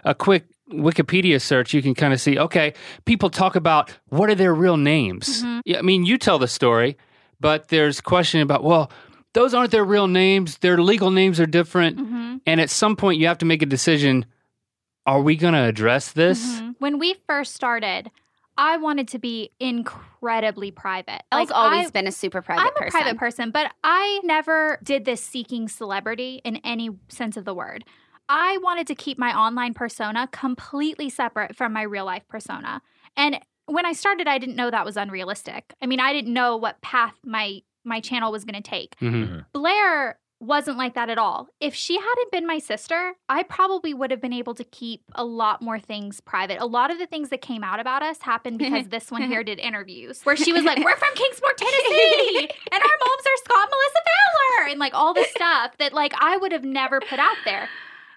a quick Wikipedia search, you can kind of see, okay, people talk about what are their real names.
Mm-hmm.
Yeah, I mean, you tell the story, but there's question about, well, those aren't their real names. Their legal names are different.
Mm-hmm.
And at some point, you have to make a decision are we going to address this?
Mm-hmm. When we first started, I wanted to be incredibly private.
Elle's
Like, I-
always been a super private
I'm a
person.
private person, but I never did this seeking celebrity in any sense of the word. I wanted to keep my online persona completely separate from my real life persona. And when I started, I didn't know that was unrealistic. I mean, I didn't know what path my my channel was going to take.
Mhm.
Blair wasn't like that at all. If she hadn't been my sister, I probably would have been able to keep a lot more things private. A lot of the things that came out about us happened because this one here did interviews where she was like, We're from Kingsport, Tennessee, and our moms are Scott and Melissa Fowler, and like all this stuff that like I would have never put out there.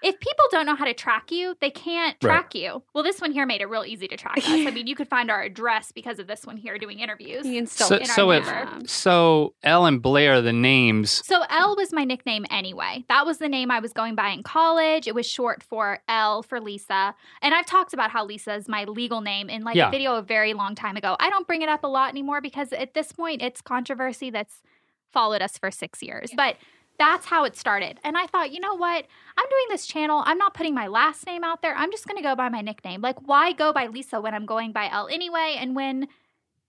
If people don't know how to track you, they can't
Right.
track you. Well, this one here made it real easy to track us. I mean, you could find our address because of this one here doing interviews.
You can still
So-
in
so
our
if-
neighbor.
So, Ellen Blair, are the names.
So L was my nickname anyway. That was the name I was going by in college. It was short for L for Lisa. And I've talked about how Lisa is my legal name in like
Yeah.
a video a very long time ago. I don't bring it up a lot anymore because at this point it's controversy that's followed us for 6 years. But that's how it started. And I thought, you know what? I'm doing this channel. I'm not putting my last name out there. I'm just going to go by my nickname. Like why go by Lisa when I'm going by L anyway and when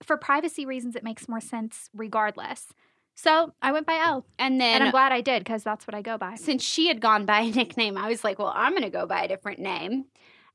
for privacy reasons it makes more sense regardless. So I went by L,
and
and,
then
I'm glad I did because that's what I go by.
since she had gone by a nickname, I was like, well, I'm going to go by a different name.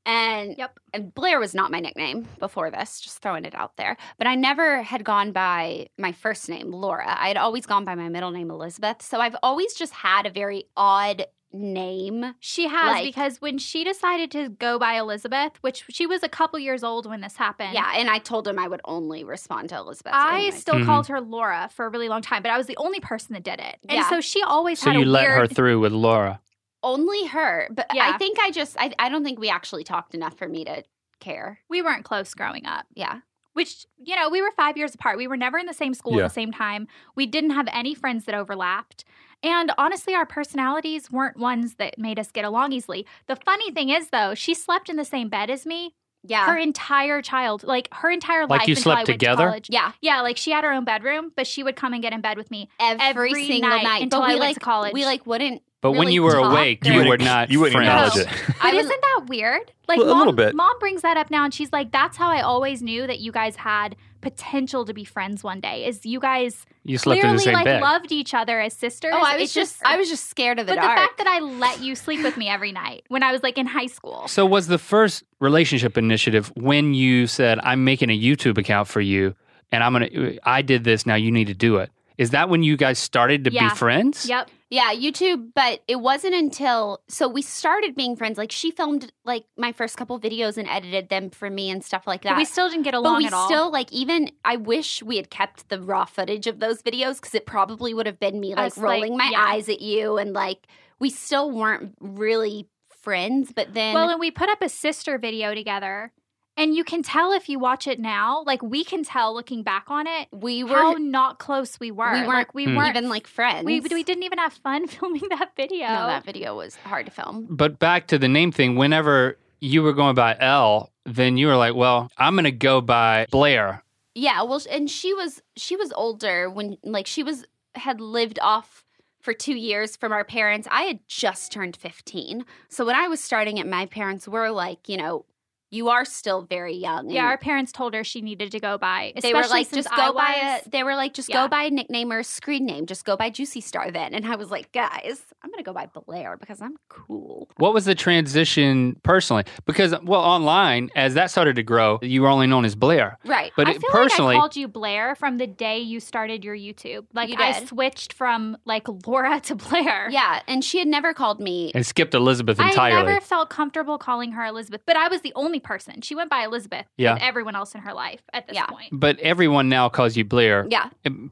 And,
Yep.
and Blair was not my nickname before this, just throwing it out there. But I never had gone by my first name, Laura. I had always gone by my middle name, Elizabeth. So I've always just had a very odd name.
She has
Like-
because when she decided to go by Elizabeth, which she was a couple years old when this happened.
Yeah. And I told him I would only respond to Elizabeth.
I
anyway.
still
Mhm.
called her Laura for a really long time, but I was the only person that did it. And
Yeah.
so she always
So,
had a
you let
weird
her through with Laura.
only her. But I
Yeah.
think I just, I, I don't think we actually talked enough for me to care.
we weren't close growing up.
Yeah.
Which, you know, we were five years apart. We were never in the same school
Yeah.
at the same time. We didn't have any friends that overlapped. And honestly, our personalities weren't ones that made us get along easily. The funny thing is, though, she slept in the same bed as me
Yeah.
her entire child, like her entire
Like
life.
you
until
slept
I went
together?
To college.
yeah.
Yeah, like she had her own bedroom, but she would come and get in bed with me.
Every,
Every
single
night
night,
until
but
I
we
went
like
to college.
We like wouldn't.
But when
really
you were
talk.
awake, you
wouldn't-
were not
You wouldn't acknowledge
friends.
it.
But
I was
isn't that weird? Like
Well, a
mom,
little bit.
Mom brings that up now, and she's like, "That's how I always knew that you guys had potential to be friends one day. Is you guys
You slept in the
clearly
same
like
bed.
loved each other as sisters?
Oh, I
It
was just, I was just scared of the
but
dark.
the fact that I let you sleep with me every night when I was like in high school.
So was the first relationship initiative when you said, "I'm making a YouTube account for you, and I'm gonna, I did this, now you need to do it." Is that when you guys started to
Yeah.
be friends?
Yep.
yeah, YouTube, but it wasn't until so we started being friends. Like she filmed like my first couple videos and edited them for me and stuff like that.
But we still didn't get
But
along
we
at all.
still like even I wish we had kept the raw footage of those videos because it probably would have been me like
Us, like,
rolling my
yeah.
eyes at you and like we still weren't really friends. But then
well, and we put up a sister video together. And you can tell if you watch it now, like we can tell looking back on it,
we were
how not close we were.
we weren't
like, we
Hmm.
weren't
even like friends.
We, we didn't even have fun filming that video.
no, that video was hard to film.
But back to the name thing, whenever you were going by L, then you were like, well, I'm going to go by Blair.
Yeah, well, sh- and she was she was older when like she was had lived off for two years from our parents. I had just turned 15. So when I was starting it, my parents were like, you know, you are still very young.
Yeah,
and
our parents told her she needed to go by.
they were
especially
like,
since
just
I
go by
was-
a. They were like, just
Yeah.
go by a nickname or a screen name. Just go by Juicy Star then. And I was like, guys, I'm gonna go by Blair because I'm cool.
What was the transition personally? Because well, online as that started to grow, you were only known as Blair.
Right.
But
I
it,
feel
personally,
like I called you Blair from the day you started your YouTube. Like
You
I
did.
switched from like Laura to Blair.
yeah, and she had never called me.
and skipped Elizabeth
I
entirely.
never felt comfortable calling her Elizabeth, but I was the only person. She went by Elizabeth
Yeah.
with everyone else in her life at this
Yeah.
point.
but everyone now calls you Blair eh,
Yeah,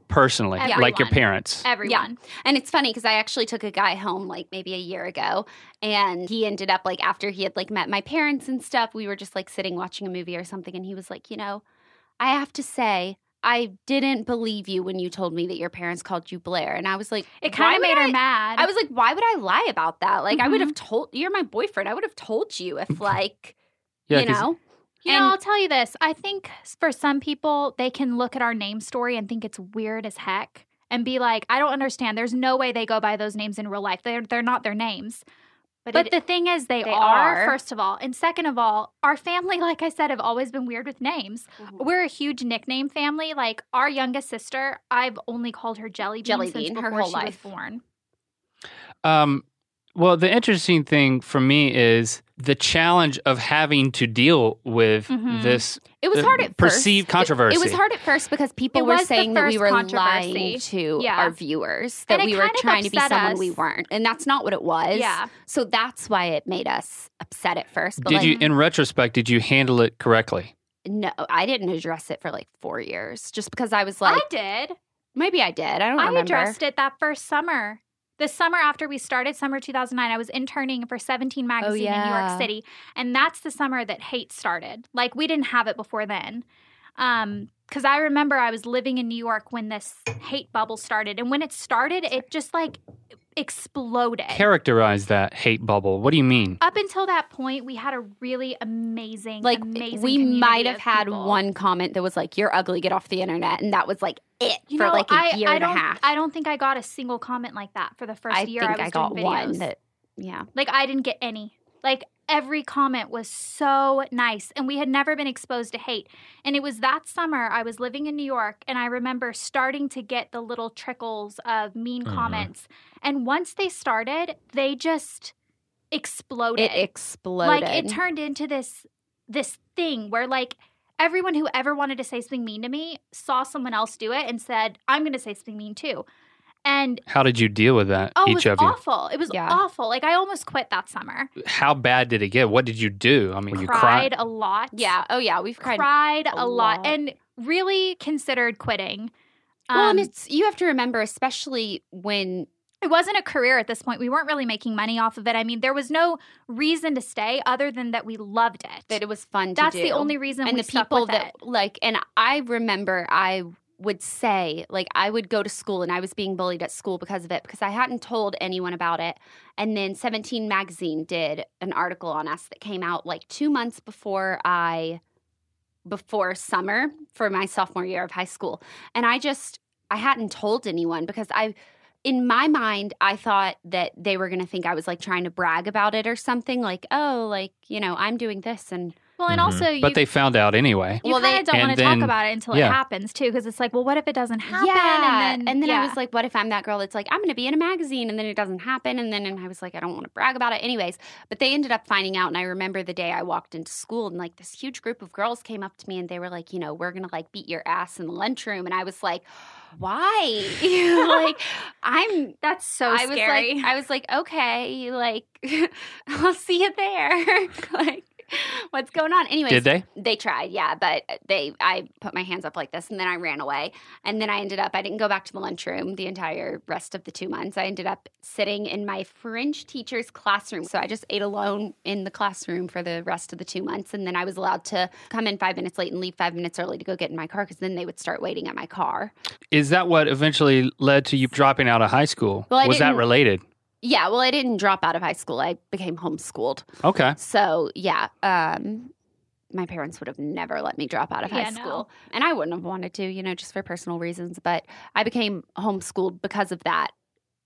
personally, like your
Everyone. Eh,
parents.
Everyone.
And it's funny because I actually took a guy home like maybe a year ago, and he ended up like after he had like met my parents and stuff, we were just like sitting watching a movie or something, and he was like, you know, I have to say. I didn't believe you when you told me that your parents called you Blair. And I was like,
It kind
why
of
would
made
I-
her mad.
I was like, why would I lie about that? Like, I would
Mhm.
have told, you're my boyfriend. I would have told you if, like,
Yeah,
you
'cause-
know,
You
And-
know, I'll tell you this. I think for some people, they can look at our name story and think it's weird as heck and be like, I don't understand. There's no way they go by those names in real life. They're, they're not their names. But,
But
the thing is, they,
they
are,
are.
first of all. And second of all, our family, like I said, have always been weird with names. We're a huge nickname family. Like our youngest sister, I've only called her Jelly Bean,
Jelly
since
Bean her
before
whole
she
life.
was born.
Um, well, the interesting thing for me is the challenge of having to deal with
Mhm.
this
Mm-hmm. it was
uh,
hard at
perceived
first.
controversy.
It was hard at first because people
It
were
was the
saying that we
first
were
controversy.
lying to
Yeah.
our viewers
And
that
it
we were
kind of
trying to be
upset
someone
us.
we weren't, and that's not what it was.
Yeah.
So that's why it made us upset at first. But
Did
like,
you, in retrospect, did you handle it correctly?
No, I didn't address it for like four years, just because I was like,
I did.
maybe I did. I don't
I
remember.
addressed it that first summer. The summer after we started, summer 2009, I was interning for 17 Magazine in New
Oh, yeah.
York City. And that's the summer that hate started. Like, we didn't have it before then. Um, because I remember I was living in New York when this hate bubble started. And when it started, it just like
Eh.
exploded.
Characterize that hate bubble. What do you mean?
Up until that point, we had a really amazing,
like
amazing
we
community
might have
of
had
people.
one comment that was like, "You're ugly, get off the internet," and that was like it
You
for
know,
like a
I-
year
I
and a
don't-
half.
I don't think I got a single comment like that for the first
I
year.
think
I was
got
doing
one
videos.
that, yeah.
Like I didn't get any. Like every comment was so nice and we had never been exposed to hate. And it was that summer I was living in New York and I remember starting to get the little trickles of mean
Mm-hmm.
Mhm.
comments. And once they started, they just exploded.
It exploded.
Like it turned into this this thing where like everyone who ever wanted to say something mean to me saw someone else do it and said, "I'm going to say something mean too." And
How did you deal with that,
oh,
each
it was
of you?
awful. It was
Yeah.
awful. Like I almost quit that summer.
How bad did it get? What did you do? I mean, you
cried a lot.
Yeah. Oh, yeah. We've
Cried,
cried.
a
a
lot.
lot.
and really considered quitting.
well, and
Um,
it's you have to remember, especially when
it wasn't a career at this point. We weren't really making money off of it. I mean, there was no reason to stay other than that we loved it.
that it was fun. To
That's the
do.
only reason
and
we
the
stuck
people
with
that
it.
like. And I remember I would say like I would go to school and I was being bullied at school because of it because I hadn't told anyone about it. And then Seventeen Magazine did an article on us that came out like two months before I before summer for my sophomore year of high school. And I just I hadn't told anyone because I in my mind I thought that they were going to think I was like trying to brag about it or something like oh like you know I'm doing this and
Well, and
Mhm.
also you.
Mm-hmm. But they found out anyway.
you
Well, they-
kind of don't
And
want to talk
then-
about it until
yeah.
it happens too, because it's like, well, what if it doesn't happen?
Yeah.
and then,
I was like, what if I'm that girl that's like, I'm going to be in a magazine and then it doesn't happen? And then and I was like, I don't want to brag about it. Anyways, but they ended up finding out. And I remember the day I walked into school and like this huge group of girls came up to me and they were like, you know, we're going to like beat your ass in the lunchroom. And I was like, why? like, I'm.
that's so
I was
scary.
like, I was like, okay, like, I'll see you there. like, what's going on? Anyways,
Did they?
they tried yeah but uh, they i put my hands up like this and then i ran away and then i ended up i didn't go back to the lunchroom the entire rest of the two months i ended up sitting in my french teacher's classroom so i just ate alone in the classroom for the rest of the two months and then i was allowed to come in five minutes late and leave five minutes early to go get in my car because then they would start waiting at my car
Is that what eventually led to you dropping out of high school?
Well, I
was that
didn't-
related?
yeah well i didn't drop out of high school i became homeschooled
Okay.
So yeah, um, my parents would have never let me drop out of high
Yeah, no.
school, and I wouldn't have wanted to, you know, just for personal reasons. But I became homeschooled because of that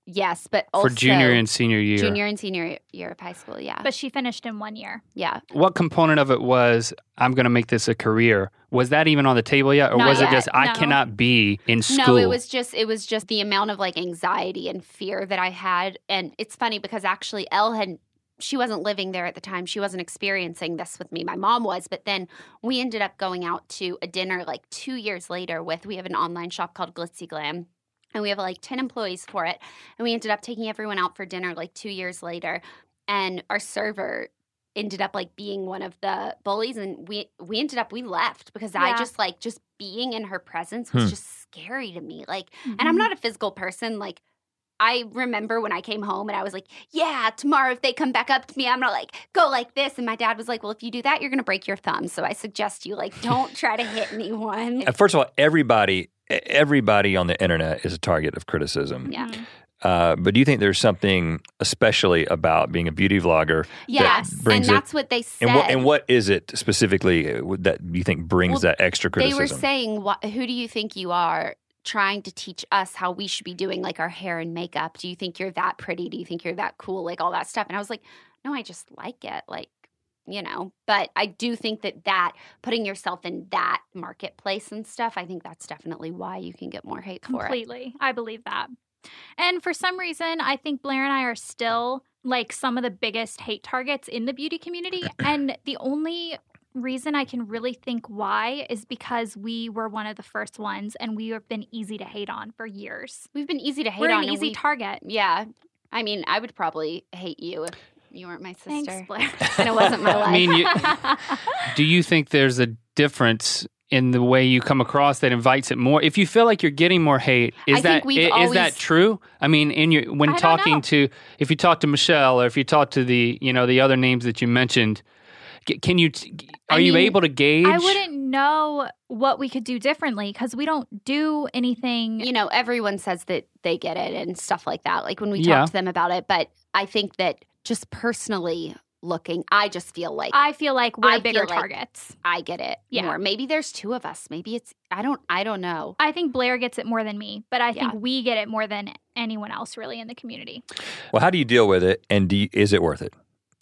yes, but
for
also
junior and senior year.
junior and senior year of high school. Yeah,
But she finished in one year.
yeah.
What component of it was I'm going to make this a career? Was that even on the table yet, or
Not
was it
yet,
just I
no.
cannot be in school?
No, it was just it was just the amount of like anxiety and fear that I had, and it's funny because actually Elle had she wasn't living there at the time. She wasn't experiencing this with me. My mom was, but then we ended up going out to a dinner like two years later with we have an online shop called Glitzy Glam. And we have like 10 employees for it. And we ended up taking everyone out for dinner like two years later. And our server ended up like being one of the bullies. And we we ended up we left because I
Yeah.
just like just being in her presence was
Hmm.
just scary to me. Like and
Mm-hmm.
I'm not a physical person. Like, I remember when I came home and I was like, yeah, tomorrow if they come back up to me, I'm gonna like go like this. And my dad was like, well, if you do that, you're gonna break your thumb. So I suggest you like don't try to hit anyone.
Uh, First of all, everybody, e- everybody on the internet is a target of criticism.
Yeah.
Mhm.
Uh, but do you think there's something especially about being a beauty vlogger?
Yes. And
brings it-
that's what they said.
And what and what is it specifically uh, that you think brings
Well,
that extra
they
criticism?
were saying, "Wha- who do you think you are? Trying to teach us how we should be doing like our hair and makeup. Do you think you're that pretty? Do you think you're that cool? Like all that stuff. And I was like, no, I just like it. Like, you know, but I do think that that putting yourself in that marketplace and stuff, I think that's definitely why you can get more hate for it.
Completely. I believe that. And for some reason, I think Blair and I are still like some of the biggest hate targets in the beauty community. and the only reason I can really think why is because we were one of the first ones and we have been easy to hate on for years.
We've been easy to hate
we're
on.
an
and
easy
we-
target.
yeah. I mean, I would probably hate you if you weren't my sister.
Thanks, Blair.
and it wasn't my life.
I mean, Do you think there's a difference in the way you come across that invites it more? If you feel like you're getting more hate, is
I think
that
we've
i- is
always-
that true? I mean, in your when
I don't
talking
know.
to if you talk to Michelle or if you talk to the you know the other names that you mentioned, g- can you t- g-
I
are you
mean,
able to gauge?
I wouldn't know what we could do differently because we don't do anything.
you know, everyone says that they get it and stuff like that. Like when we
Yeah.
talk to them about it, but I think that just personally looking, I just feel like I,
I feel like we're
I
bigger
feel like-
targets.
get it
Yeah.
more. Maybe there's two of us. Maybe it's I don't I don't know.
I think Blair gets it more than me, but I
Yeah.
think we get it more than anyone else really in the community.
well, how do you deal with it, and do you, is it worth it?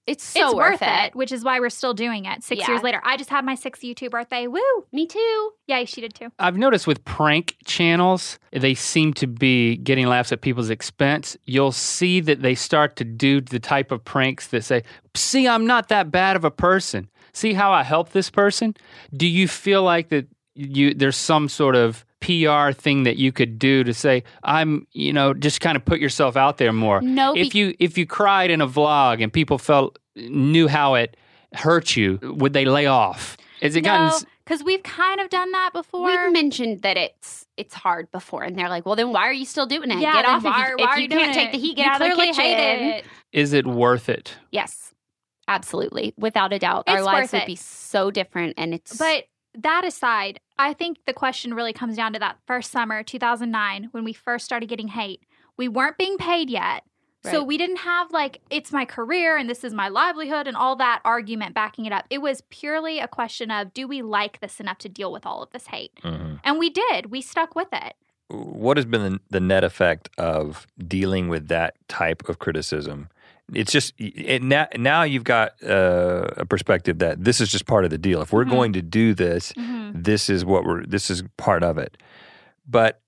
It's so
it's worth it, which is why we're still doing it six
Yeah.
years later. I just had my sixth YouTube birthday. Woo!
Me too.
Yay, she did too.
I've noticed with prank channels, they seem to be getting laughs at people's expense. You'll see that they start to do the type of pranks that say, "See, I'm not that bad of a person. See how I help this person." Do you feel like that you there's some sort of PR thing that you could do to say, "I'm," you know, just kind of put yourself out there more.
No,
If you if you cried in a vlog and people felt knew how it hurt you, would they lay off? Is it gotten
no,
s-
because we've kind of done that before.
We've mentioned that it's it's hard before, and they're like, "Well, then why are you still doing it?
Yeah,
get
then
off
why
if
are-
you,
why
if
are
you
you
can't
doing
take
it?
the heat. Get
you
out of the
clearly
kitchen."
hate it.
is it worth it?
Yes, absolutely, without a doubt, our
It's
lives
worth
would
it.
be so different, and it's
But that aside, I think the question really comes down to that first summer, 2009, when we first started getting hate. We weren't being paid yet. So
Right.
we didn't have like, it's my career and this is my livelihood and all that argument backing it up. It was purely a question of do we like this enough to deal with all of this hate?
Mm-hmm.
And we did. We stuck with it.
What has been the, the net effect of dealing with that type of criticism? It's just it, now, now you've got uh, a perspective that this is just part of the deal. If we're
Mhm.
going to do this,
Mm-hmm.
this is what we're this is part of it but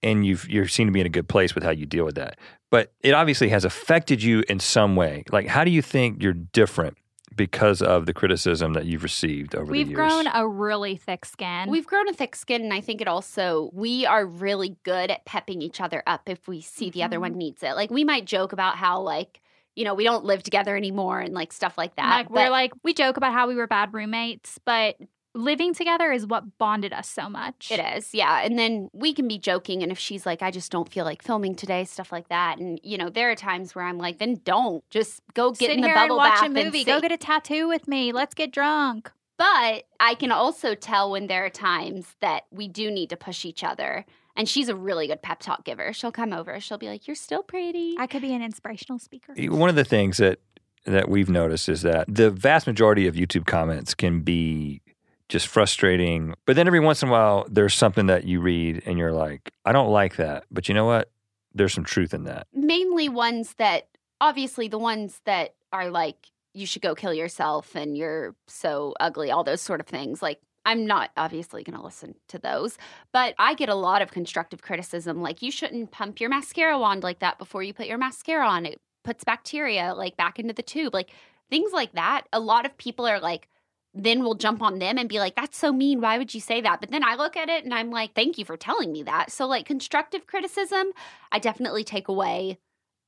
and you've you seem to be in a good place with how you deal with that but it obviously has affected you in some way like how do you think you're different because of the criticism that you've received over
We've
the years
grown a really thick skin.
We've grown a thick skin, and I think it also, we are really good at pepping each other up if we see the other
Mhm.
one needs it. Like, we might joke about how, like, you know, we don't live together anymore and like stuff like that.
like, we're
but
like, we joke about how we were bad roommates, but living together is what bonded us so much.
it is, yeah. And then we can be joking. And if she's like, I just don't feel like filming today, stuff like that. And, you know, there are times where I'm like, then don't. Just go get
Sit
in the
here
bubble
and watch
bath
a movie.
And
Go
see.
get a tattoo with me. Let's get drunk.
But I can also tell when there are times that we do need to push each other. And she's a really good pep talk giver. She'll come over. She'll be like, You're still pretty.
I could be an inspirational speaker.
one of the things that that we've noticed is that the vast majority of youtube comments can be just frustrating but then every once in a while there's something that you read and you're like i don't like that but you know what there's some truth in that.
mainly ones that obviously the ones that are like you should go kill yourself and you're so ugly all those sort of things like i'm not obviously going to listen to those but i get a lot of constructive criticism like you shouldn't pump your mascara wand like that before you put your mascara on it puts bacteria like back into the tube like things like that a lot of people are like then we'll jump on them and be like that's so mean why would you say that but then i look at it and i'm like thank you for telling me that so like constructive criticism I definitely take away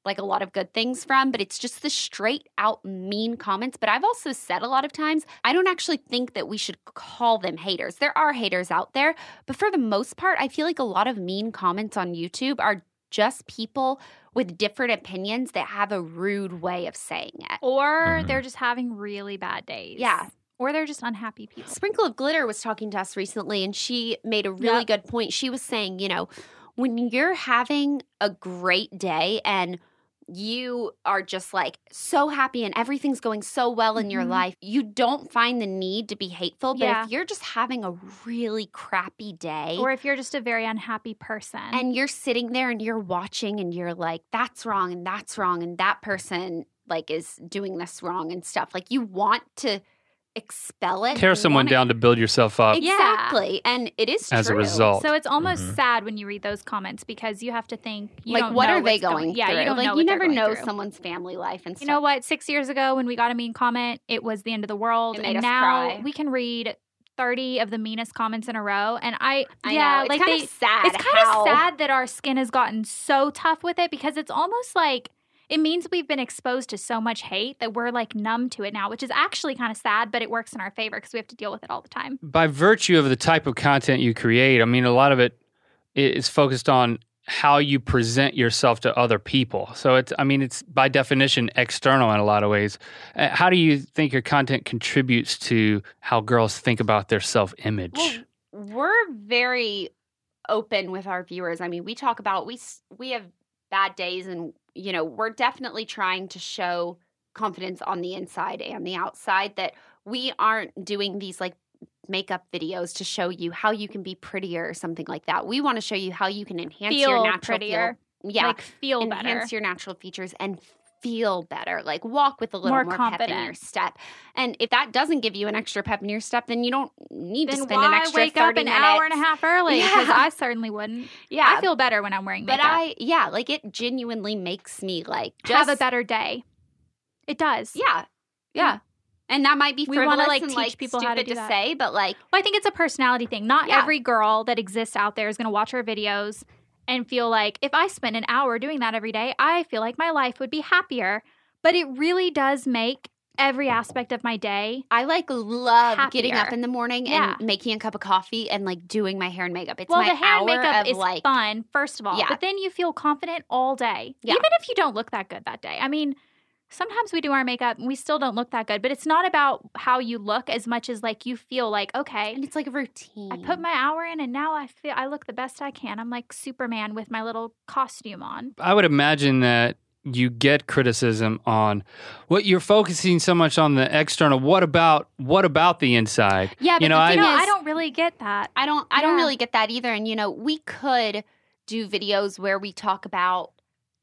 like a lot of good things from, but it's just the straight out mean comments. But I've also said a lot of times, I don't actually think that we should call them haters. There are haters out there, but for the most part, I feel like a lot of mean comments on YouTube are just people with different opinions that have a rude way of saying it.
Or
Mhm.
they're just having really bad days.
Yeah.
Or they're just unhappy people.
Sprinkle of Glitter was talking to us recently, and she made a really good point. She was saying, you know, when you're having a great day and you are just like so happy and everything's going so well in your
Mhm.
life, you don't find the need to be hateful. But
Yeah.
if you're just having a really crappy day,
Or if you're just a very unhappy person.
and you're sitting there and you're watching and you're like that's wrong and that's wrong and that person like is doing this wrong and stuff like you want to expel it
Tear
You
someone
wanna-
down to build yourself up
Ex-
exactly and it is
Oh. as a
true.
result.
so it's almost
Mhm.
sad when you read those comments because you have to think you
like
don't
what
know
are they
what's
going,
yeah
through?
you don't
like
know
you
what they're
never
going
know
through.
someone's family life and stuff
You know what? Six years ago, when we got a mean comment, it was the end of the world,
It made
and
us
now
cry.
we can read thirty of the meanest comments in a row. And I,
I
yeah,
know.
like
it's kind
they-
of sad
it's kind
how-
of sad that our skin has gotten so tough with it because it's almost like it means we've been exposed to so much hate that we're like numb to it now, which is actually kind of sad, but it works in our favor because we have to deal with it all the time.
by virtue of the type of content you create, I mean, a lot of it is focused on how you present yourself to other people. So it's, I mean, it's by definition external in a lot of ways. Uh, How do you think your content contributes to how girls think about their self image?
Well, we're very open with our viewers. I mean, we talk about we s- we have bad days, and you know, we're definitely trying to show confidence on the inside and the outside that we aren't doing these like makeup videos to show you how you can be prettier or something like that. We want to show you how you can enhance your
Feel
natural
prettier.
Feel, yeah,
like feel
enhance
better.
your natural features and feel better. Like walk with a little
More
more, pep in your
confident.
step. And if that doesn't give you an extra pep in your step, then you don't need to
then
spend an
why
extra
wake
30
up an hour and a
minutes.
half early? Because
Yeah.
I certainly wouldn't.
Yeah,
I feel better when I'm wearing
but
makeup.
I yeah, like it genuinely makes me like
have
just
a better day. It does.
yeah, yeah. And that might be
Mm. We
frivolous
wanna, like,
and
teach
like
people how to
stupid
do
to
that.
say, but like
Well, I think it's a personality thing. Not
Yeah.
every girl that exists out there is going to watch our videos and feel like if I spent an hour doing that every day, I feel like my life would be happier. But it really does make every aspect of my day.
I like love getting
Happier.
up in the morning
Yeah.
and making a cup of coffee and like doing my hair and makeup. It's
well,
my
the hair and
hour
makeup
of
is
like
fun, first of all.
Yeah.
But then you feel confident all day,
Yeah.
even if you don't look that good that day. I mean, sometimes we do our makeup and we still don't look that good, but it's not about how you look as much as like you feel like, okay,
and it's like a routine.
I put my hour in and now I feel I look the best I can. I'm like Superman with my little costume on.
I would imagine that you get criticism on what you're focusing so much on the external. What about what about the inside?
yeah, but
you know,
the
I-
thing
No,
is,
I don't really get that.
I don't I don't
Yeah.
really get that either. And you know, we could do videos where we talk about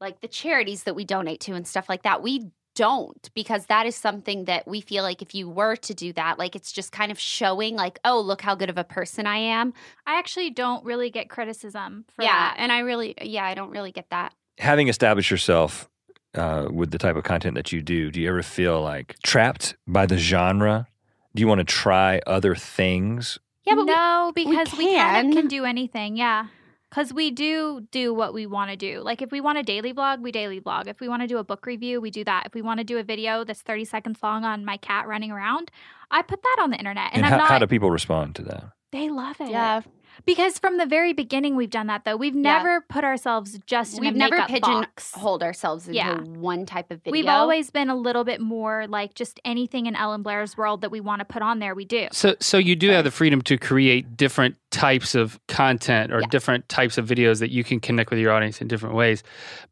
like the charities that we donate to and stuff like that. We don't because that is something that we feel like if you were to do that, like it's just kind of showing like, oh, look how good of a person I am.
I actually don't really get criticism for
yeah.
that.
And I really yeah, I don't really get that.
Having established yourself uh, with the type of content that you do, do you ever feel like trapped by the genre? Do you want to try other things?
Yeah, but we-
no, because we, kind
can.
of can do anything. Yeah. Because we do do what we want to do. Like if we want a daily vlog, we daily vlog. If we want to do a book review, we do that. If we want to do a video that's 30 seconds long on my cat running around, I put that on the internet. And,
And,
I'm
how,
not.
how do people respond to that?
they love it.
Yeah.
Because from the very beginning, we've done that though. We've
Yeah.
never put ourselves just in
We've
a
never
makeup box.
pigeonholed ourselves into
Yeah.
one type of video.
We've always been a little bit more like just anything in Ellen Blair's world that we want to put on there, we do.
So, so you do have the freedom to create different types of content or
Yeah.
different types of videos that you can connect with your audience in different ways.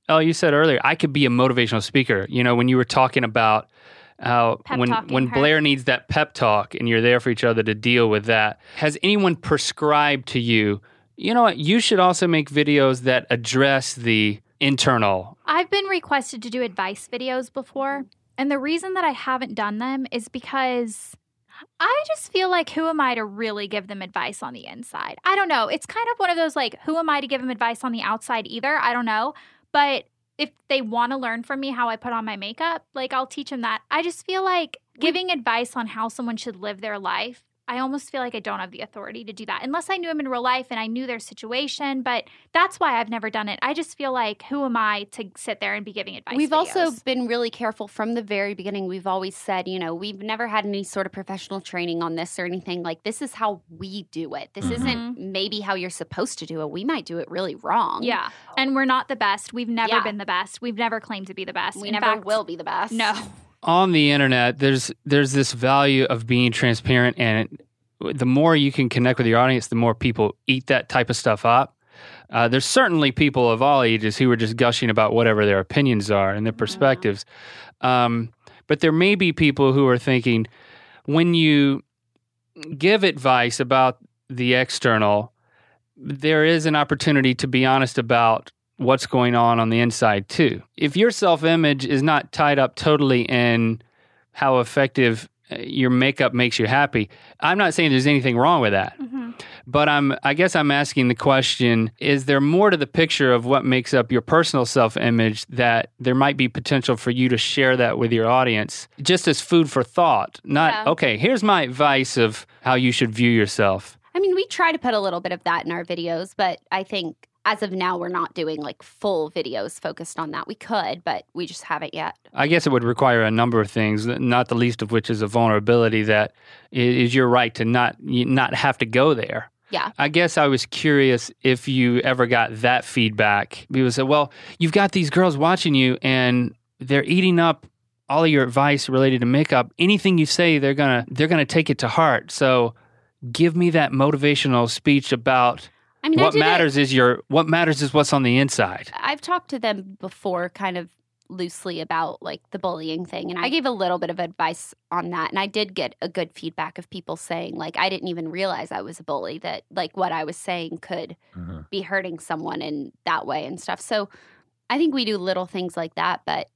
Oh, you said earlier I could be a motivational speaker. You know, when you were talking about how
Pep
when
talking
when
her.
Blair needs that pep talk and you're there for each other to deal with that. Has anyone prescribed to you? You know what? You should also make videos that address the internal.
I've been requested to do advice videos before, and the reason that I haven't done them is because I just feel like who am I to really give them advice on the inside? I don't know. It's kind of one of those like who am I to give them advice on the outside either? I don't know. But if they want to learn from me how I put on my makeup, like I'll teach them that. I just feel like giving advice on how someone should live their life. I almost feel like I don't have the authority to do that unless I knew them in real life and I knew their situation, but that's why I've never done it. I just feel like who am I to sit there and be giving advice?
We've also
videos?
been really careful from the very beginning. We've always said, you know, we've never had any sort of professional training on this or anything. Like, this is how we do it. This isn't maybe how you're supposed to do it. We might do it really wrong.
Mm-hmm. Yeah. And we're not the best. We've never
Yeah.
been the best. We've never claimed to be the best.
We
In
never
fact,
will be the best.
No.
on the internet there's there's this value of being transparent and the more you can connect with your audience the more people eat that type of stuff up uh, there's certainly people of all ages who are just gushing about whatever their opinions are and their perspectives um, but there may be people who are thinking when you give advice about the external there is an opportunity to be honest about what's going on on the inside too. If your self image is not tied up totally in how effective uh, your makeup makes you happy, I'm not saying there's anything wrong with that.
Mhm.
But I'm I guess I'm asking the question is there more to the picture of what makes up your personal self-image that there might be potential for you to share that with your audience just as food for thought not
Yeah.
okay here's my advice of how you should view yourself
I mean, we try to put a little bit of that in our videos, but I think as of now, we're not doing like full videos focused on that. We could, but we just haven't yet.
I guess it would require a number of things not the least of which is a vulnerability that i- is your right to not you not have to go there
Yeah.
I guess I was curious if you ever got that feedback. People said, well, you've got these girls watching you and they're eating up all of your advice related to makeup. Anything you say, they're gonna they're gonna take it to heart. So give me that motivational speech about
I mean, I
what
did it-
matters is your what matters is what's on the inside.
I've talked to them before, kind of loosely about like the bullying thing,
Mm.
and I gave a little bit of advice on that, and I did get a good feedback of people saying like I didn't even realize I was a bully that like what I was saying could
Mhm.
be hurting someone in that way and stuff. So I think we do little things like that, but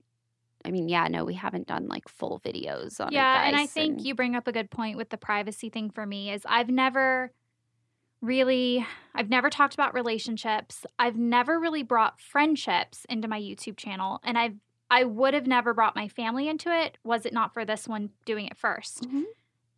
I mean, yeah, no, we haven't done like full videos on.
Yeah, and I
advice
think you bring up a good point with the privacy thing for me is I've never really I've never talked about relationships. I've never really brought friendships into my YouTube channel and I've I would have never brought my family into it was it not for this one doing it 1st
Mhm.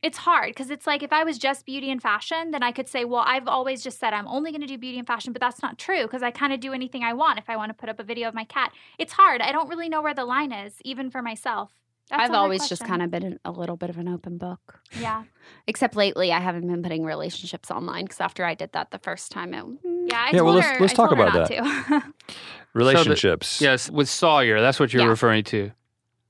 It's hard because it's like if I was just beauty and fashion, then I could say, well, I've always just said I'm only going to do beauty and fashion, but that's not true because I kind of do anything I want. If I want to put up a video of my cat, it's hard. I don't really know where the line is, even for myself. That's
I've
a hard
always just
question.
kind of been an- a little bit of an open book.
yeah.
Except lately, I haven't been putting relationships online because after I did that the first time, it
Yeah, I
Yeah, well,
told
let's-
her-
let's
I
talk
told her
about
not to.
Relationships.
Yes, with Sawyer, that's what you're
Yeah.
referring to.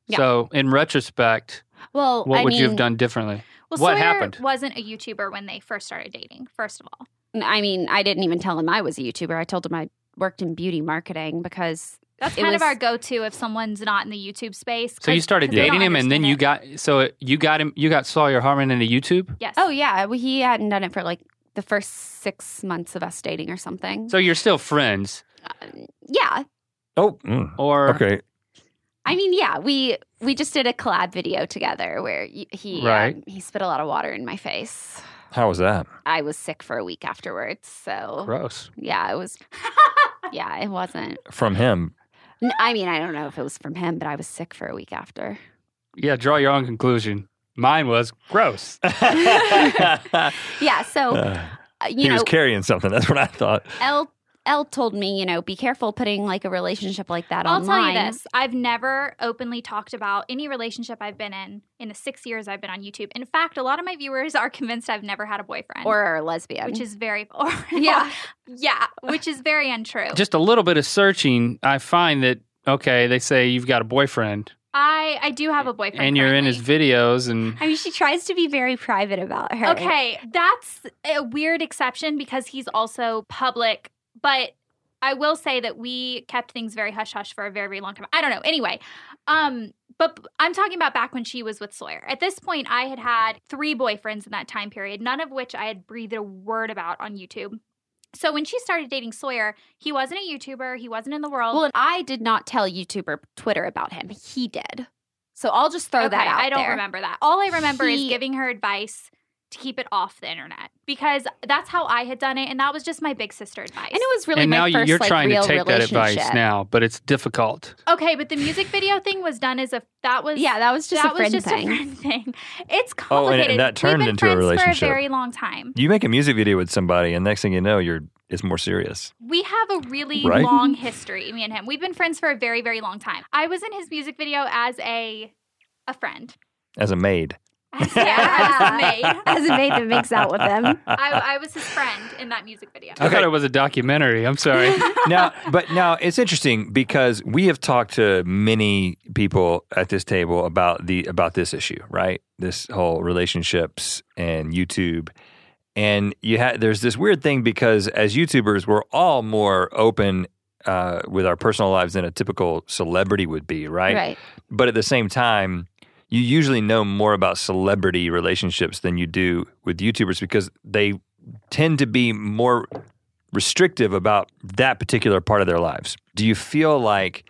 Yeah.
So in retrospect,
well,
what
I
would
mean,
you have done differently?
well,
What
Sawyer
happened?
wasn't a YouTuber when they first started dating. First of all,
I mean, I didn't even tell him I was a YouTuber. I told him I worked in beauty marketing because
that's
It
kind of
was-
our go-to if someone's not in the YouTube space.
So you
'cause-
started
'cause they don't
dating him, and then you
understand
got so you got him, you got Sawyer Harmon into YouTube.
it. yes.
oh yeah, well, he hadn't done it for like the first six months of us dating or something.
So you're still friends,
yeah,
Oh, mm.
or
okay.
I mean, yeah, we we just did a collab video together where y- he um,
Right.
he spit a lot of water in my face.
How was that?
I was sick for a week afterwards, so
gross.
yeah, it was. yeah, it wasn't.
From him.
n- I mean, I don't know if it was from him, but I was sick for a week after.
Yeah, draw your own conclusion. Mine was gross.
Yeah, so
Uh,
uh, you
he
know,
was carrying something. That's what I thought.
Elle Elle told me, you know, be careful putting like a relationship like that
I'll
online.
tell you this: I've never openly talked about any relationship I've been in in the six years I've been on YouTube. In fact, a lot of my viewers are convinced I've never had a boyfriend,
Or are a lesbian.
which is very, or,
yeah.
yeah, which is very untrue.
Just a little bit of searching, I find that okay. They say you've got a boyfriend,
I I do have a boyfriend,
and you're in his
currently.
videos, and
I mean, she tries to be very private about her.
Okay, that's a weird exception because he's also public, but I will say that we kept things very hush hush for a very very long time. I don't know. Anyway, um but b- I'm talking about back when she was with Sawyer. At this point, I had had three boyfriends in that time period, none of which I had breathed a word about on YouTube. So when she started dating Sawyer, he wasn't a YouTuber. He wasn't in the world.
Well, and I did not tell YouTuber Twitter about him. He did. So I'll just throw that
Okay,
out
I don't
there.
remember that. All I remember
He-
is giving her advice to keep it off the internet because that's how I had done it, and that was just my big sister advice.
And it was really
and
my
now
first
you're
like
trying
real
to take that
relationship.
advice now, but it's difficult.
okay, but the music video thing was done as a that was
Yeah, that was just
that
a friend
was just
thing.
a friend thing. It's
Oh, and it-
complicated.
that turned
We've been
into a
friends for
relationship.
a very long time.
You make a music video with somebody, and next thing you know, you're it's more serious.
We have a really
Right?
long history, me and him. We've been friends for a very very long time. I was in his music video as a a friend.
As a maid,
yeah, as a maid.
As a maid that makes out with them.
I, I was his friend in that music video.
I thought it was a documentary. I'm sorry.
now, but now it's interesting because we have talked to many people at this table about the about this issue, right? This whole relationships and YouTube, and you had there's this weird thing because as YouTubers, we're all more open uh, with our personal lives than a typical celebrity would be, right?
Right.
But at the same time. You usually know more about celebrity relationships than you do with YouTubers because they tend to be more restrictive about that particular part of their lives. Do you feel like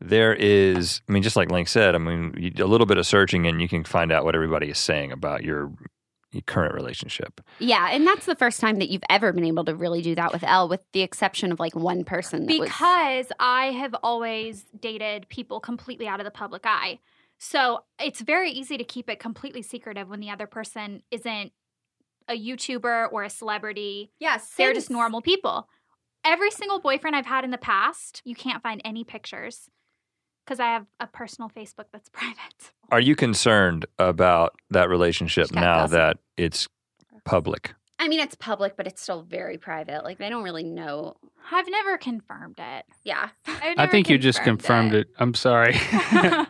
there is, I mean, just like Link said, I mean, you, a little bit of searching and you can find out what everybody is saying about your, your current relationship.
Yeah. And that's the first time that you've ever been able to really do that with Elle, with the exception of like one person. That was-
because I have always dated people completely out of the public eye. So it's very easy to keep it completely secretive when the other person isn't a YouTuber or a celebrity.
yeah,
They're just normal people. Every single boyfriend I've had in the past, you can't find any pictures because I have a personal Facebook that's private.
Are you concerned about that relationship
She's got
now
gossip.
that it's public?
I mean, it's public, but it's still very private. Like, they don't really know.
I've never confirmed it.
Yeah.
I've
I
never
think you just confirmed it. I'm sorry. okay,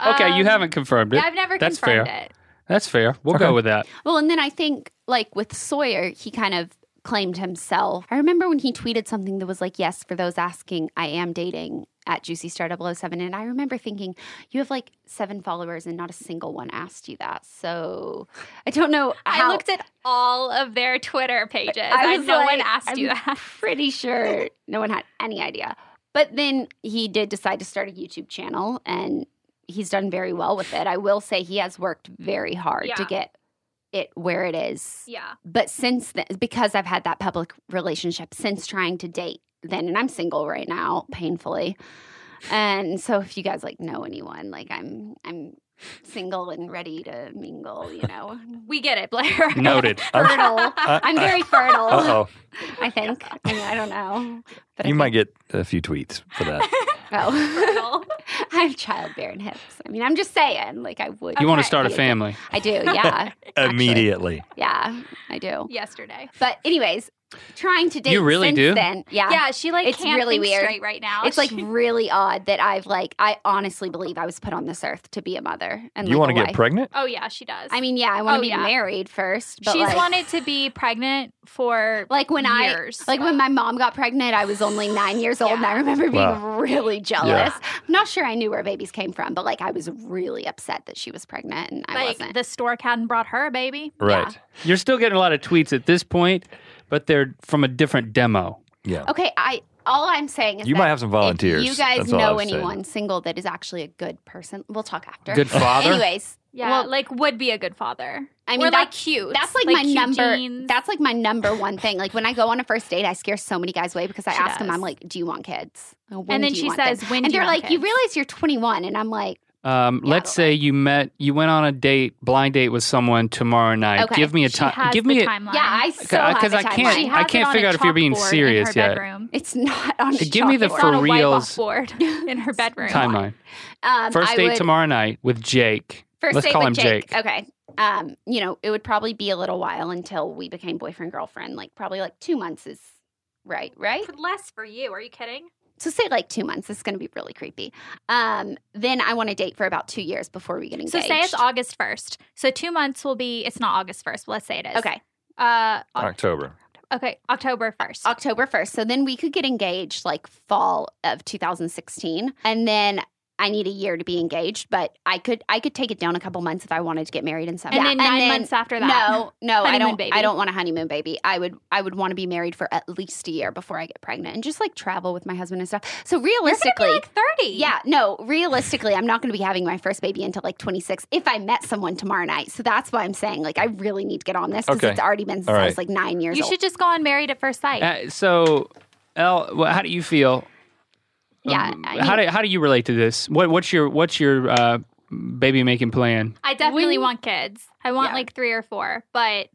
you
Um,
haven't confirmed it.
I've never
That's
confirmed
fair.
it.
That's fair. We'll
Okay.
go with that.
Well, and then I think, like with Sawyer, he kind of claimed himself. I remember when he tweeted something that was like, Yes, for those asking, I am dating at Juicy Star 007. And I remember thinking, You have like seven followers and not a single one asked you that. So I don't know.
I looked at all of their Twitter pages.
I
I
was
no
like,
one asked you
I'm
that.
pretty sure no one had any idea. But then he did decide to start a YouTube channel and he's done very well with it. I will say he has worked very hard to
Yeah.
get it where it is
Yeah.
but since then, because I've had that public relationship since trying to date then, and I'm single right now, painfully. And so, if you guys like know anyone, like I'm, I'm single and ready to mingle. You know,
We get it, Blair.
Noted.
fertile.
Uh,
I'm very fertile.
Uh oh.
I think. I, mean, I don't know. But
You
I
might get a few tweets for that.
think- Oh, I have childbearing hips. I mean, I'm just saying. Like I would.
You want to
Okay.
start a
Yeah.
family.
I do. Yeah. Actually.
Immediately.
Yeah. I do.
Yesterday.
But anyways, trying to date.
really
since
do?
Then, yeah.
Yeah, she like
It's
can't
really
think
weird.
straight right now.
It's like
She-
really odd that I've like I honestly believe I was put on this earth to be a mother and
you
like,
want to
a
get
wife.
pregnant?
oh yeah, she does.
I mean, yeah, I want to
Oh,
be
yeah.
married first. But
she's
like,
wanted to be pregnant for
like when
years.
I like when my mom got pregnant, I was only nine years old, and I
Yeah.
remember being
Wow.
really jealous. I'm not sure I knew where babies came from, but like I was really upset that she was pregnant and I
like
wasn't.
the stork hadn't brought her a baby.
Oh,
Right.
You're still getting a lot of tweets at this point, but they're from a different demo.
Yeah.
okay, I all I'm saying is
You
that
might have some
if
volunteers.
You guys
That's all
know
I'm saying.
anyone single that is actually a good person? We'll talk after.
Good father.
Anyways,
Yeah,
Well-
like would be a good father.
I
Or,
mean,
like
that-
cute.
That's like, my
cute
number.
jeans.
That's like my number one thing. Like when I go on a first date, I scare so many guys away because I
She
ask them,
does.
I'm like, "Do you want kids?" When
and then
do you
she
want
says,
them?"
"When?"
and
do
they're
want
like, "You
kids?"
realize you're 21?" And I'm like,
Um,
Yeah,
let's
but
say you met, you went on a date, blind date with someone tomorrow night.
Okay.
Give me a
She
time.
has
Give me
the
a.
timeline.
"Yeah, I still
I-
have
'cause
a
I
timeline.
can't-
She
I
has
can't
it on
figure
a
out if you're being
chalkboard
serious
in her
yet.
Bedroom.
It's not on. a
Give me the
chalkboard.
It's on a
for reals
whitebox board in her bedroom.
Timeline.
Um,
First
I
date
would-
tomorrow night with Jake.
First
Let's
date
call
with
him Jake.
Okay. Um, you know, it would probably be a little while until we became boyfriend girlfriend. Like probably like two months is right, right?
Less for you. Are you kidding?
So say like two months. This is going to be really creepy. Um, then I want to date for about two years before we get engaged.
So say it's August first. So two months will be. It's not August first. Let's say it is.
Okay.
Uh. Oc-
October.
Okay. October first.
October 1st. So then we could get engaged like fall of 2016. And then I need a year to be engaged, but I could I could take it down a couple months if I wanted to get married and stuff.
And then nine months after that.
No, no, I
Honeymoon
don't.
baby.
I don't want a honeymoon baby. I would. I would want to be married for at least a year before I get pregnant and just like travel with my husband and stuff. So realistically,
You're gonna be like 30.
yeah, no, realistically, I'm not going to be having my first baby until like 26 if I met someone tomorrow night. So that's why I'm saying like I really need to get on this because
Okay.
it's already been since
All
I
right.
was like nine years
You
old.
should just go on married at first sight.
Uh, so, El, wh- how do you feel?
yeah,
Um,
I
how
mean,
do how do you relate to this? What what's your what's your uh, baby making plan?
I definitely
When-
want kids. I want
Yeah.
like three or four, but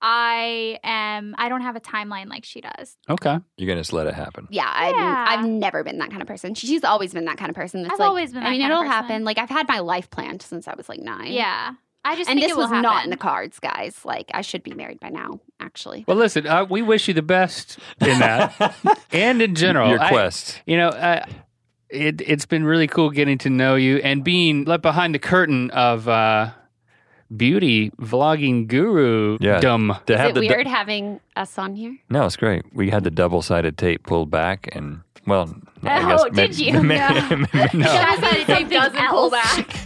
I am. I don't have a timeline like she does.
Okay.
You're gonna just let it happen.
yeah, I've,
Yeah.
I've never been that kind of person. She's always been that kind of person. That's
I've
like,
always been. That
I mean,
kind of
it'll
person.
happen. Like I've had my life planned since I was like nine.
Yeah, I just
and
think
this
it will
was not
happen.
in the cards, guys. Like I should be married by now, actually.
Well, listen, uh, we wish you the best in that and in general.
your
I-
quest.
you know, uh, it it's been really cool getting to know you and being let behind the curtain of uh, beauty vlogging guru
Yeah.
dumb.
to
Is
have
it
the du-
weird having us on here?
no, it's great. We had the double-sided tape pulled back, and well, I guess
Oh, did
may-
you?
may-
No.
may- no.
That means
Something
it doesn't pull
else.
back.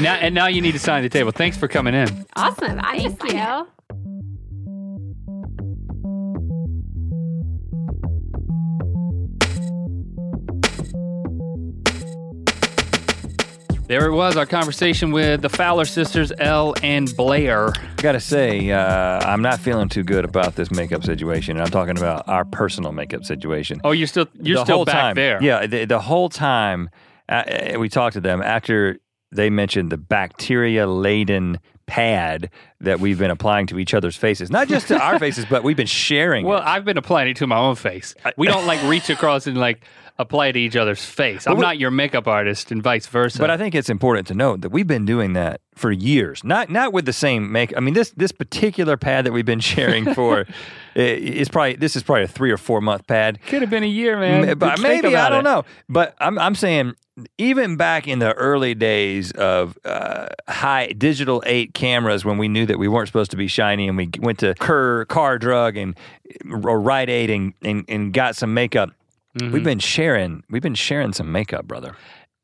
Now and now you need to sign the table. Thanks for coming in.
Awesome. I
Thank
just
you.
There it was, our conversation with the Fowler sisters, Elle and Blair.
I gotta say, uh, I'm not feeling too good about this makeup situation. And I'm talking about our personal makeup situation.
Oh, you're still you're
the
still
whole
back
time,
there.
Yeah, the, the whole time uh, uh, we talked to them after they mentioned the bacteria laden pad that we've been applying to each other's faces, not just to our faces, but we've been sharing.
Well,
it.
I've been applying it to my own face. We don't like reach across and like apply it to each other's face. I'm
Well, we-
not your makeup artist and vice versa.
But I think it's important to note that we've been doing that for years. Not not with the same make. I mean this this particular pad that we've been sharing for i- is probably this is probably a three or four month pad.
could have been a year, man.
M- but
Just think
maybe I
about
don't
it.
know. But I'm I'm saying even back in the early days of uh, high digital eight cameras, when we knew that we weren't supposed to be shiny, and we went to Kerr Car Drug and uh, or Rite Aid and and, and got some makeup.
Mm-hmm.
We've been sharing. We've been sharing some makeup, brother.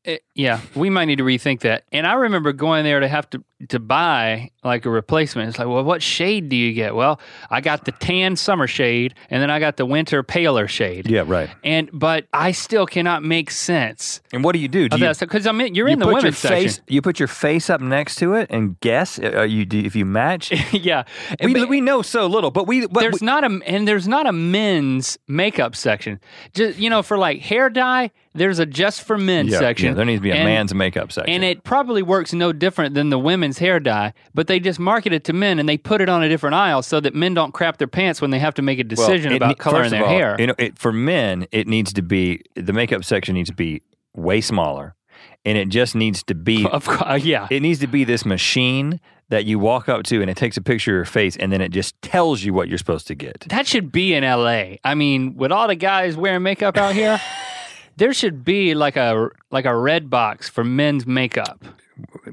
It- yeah, we might need to rethink that. And I remember going there to have to to buy like a replacement. It's like, well, what shade do you get? Well, I got the tan summer shade, and then I got the winter paler shade.
Yeah, right.
And but I still cannot make sense
And what do you do? Do
of
you
that because I'm in, you're in the
put
women's
your
section.
face, You put your face up next to it and guess uh, you do- if you match.
yeah,
we,
But-
we know so little, but we but
there's
we-
not a and there's not a men's makeup section. Just you know, for like hair dye, there's a just for men
yeah,
section.
yeah, there needs to be a
And-
man's makeup section.
And it probably works no different than the women's hair dye, but they just market it to men and they put it on a different aisle so that men don't crap their pants when they have to make a
Well,
decision
it ne-
about coloring
first of
their
all,
hair.
You know, it, for men, it needs to be the makeup section needs to be way smaller, and it just needs to be
of course, yeah.
it needs to be this machine that you walk up to and it takes a picture of your face and then it just tells you what you're supposed to get.
that should be in LA. I mean, with all the guys wearing makeup out here, there should be like a like a red box for men's makeup.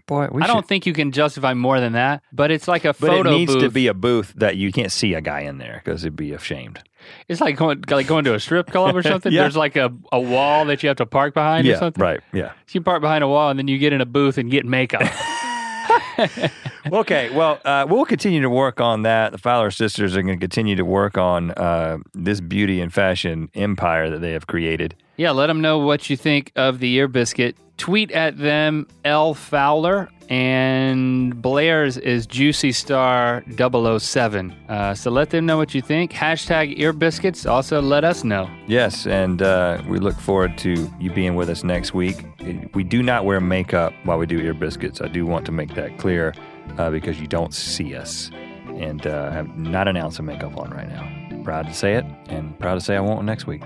Boy, we
I don't think you can justify more than that, but it's like a
But
photo
it needs to
booth.
be a booth that you can't see a guy in there because it'd be ashamed.
It's like going like going to a strip club or something.
Yeah.
There's like a, a wall that you have to park behind or
yeah,
something.
right. Yeah.
You park behind a wall and then you get in a booth and get makeup.
okay, well, uh, we'll continue to work on that. The Fowler sisters are going to continue to work on uh, this beauty and fashion empire that they have created.
yeah, let them know what you think of the ear biscuit. Tweet at them, L Fowler, and Blair's is Juicy Star 007. Uh, so let them know what you think. Hashtag ear biscuits. Also, let us know.
Yes, and uh, we look forward to you being with us next week. We do not wear makeup while we do ear biscuits. I do want to make that clear uh, because you don't see us. And uh, I have not an ounce of makeup on right now. Proud to say it, and proud to say I won't next week.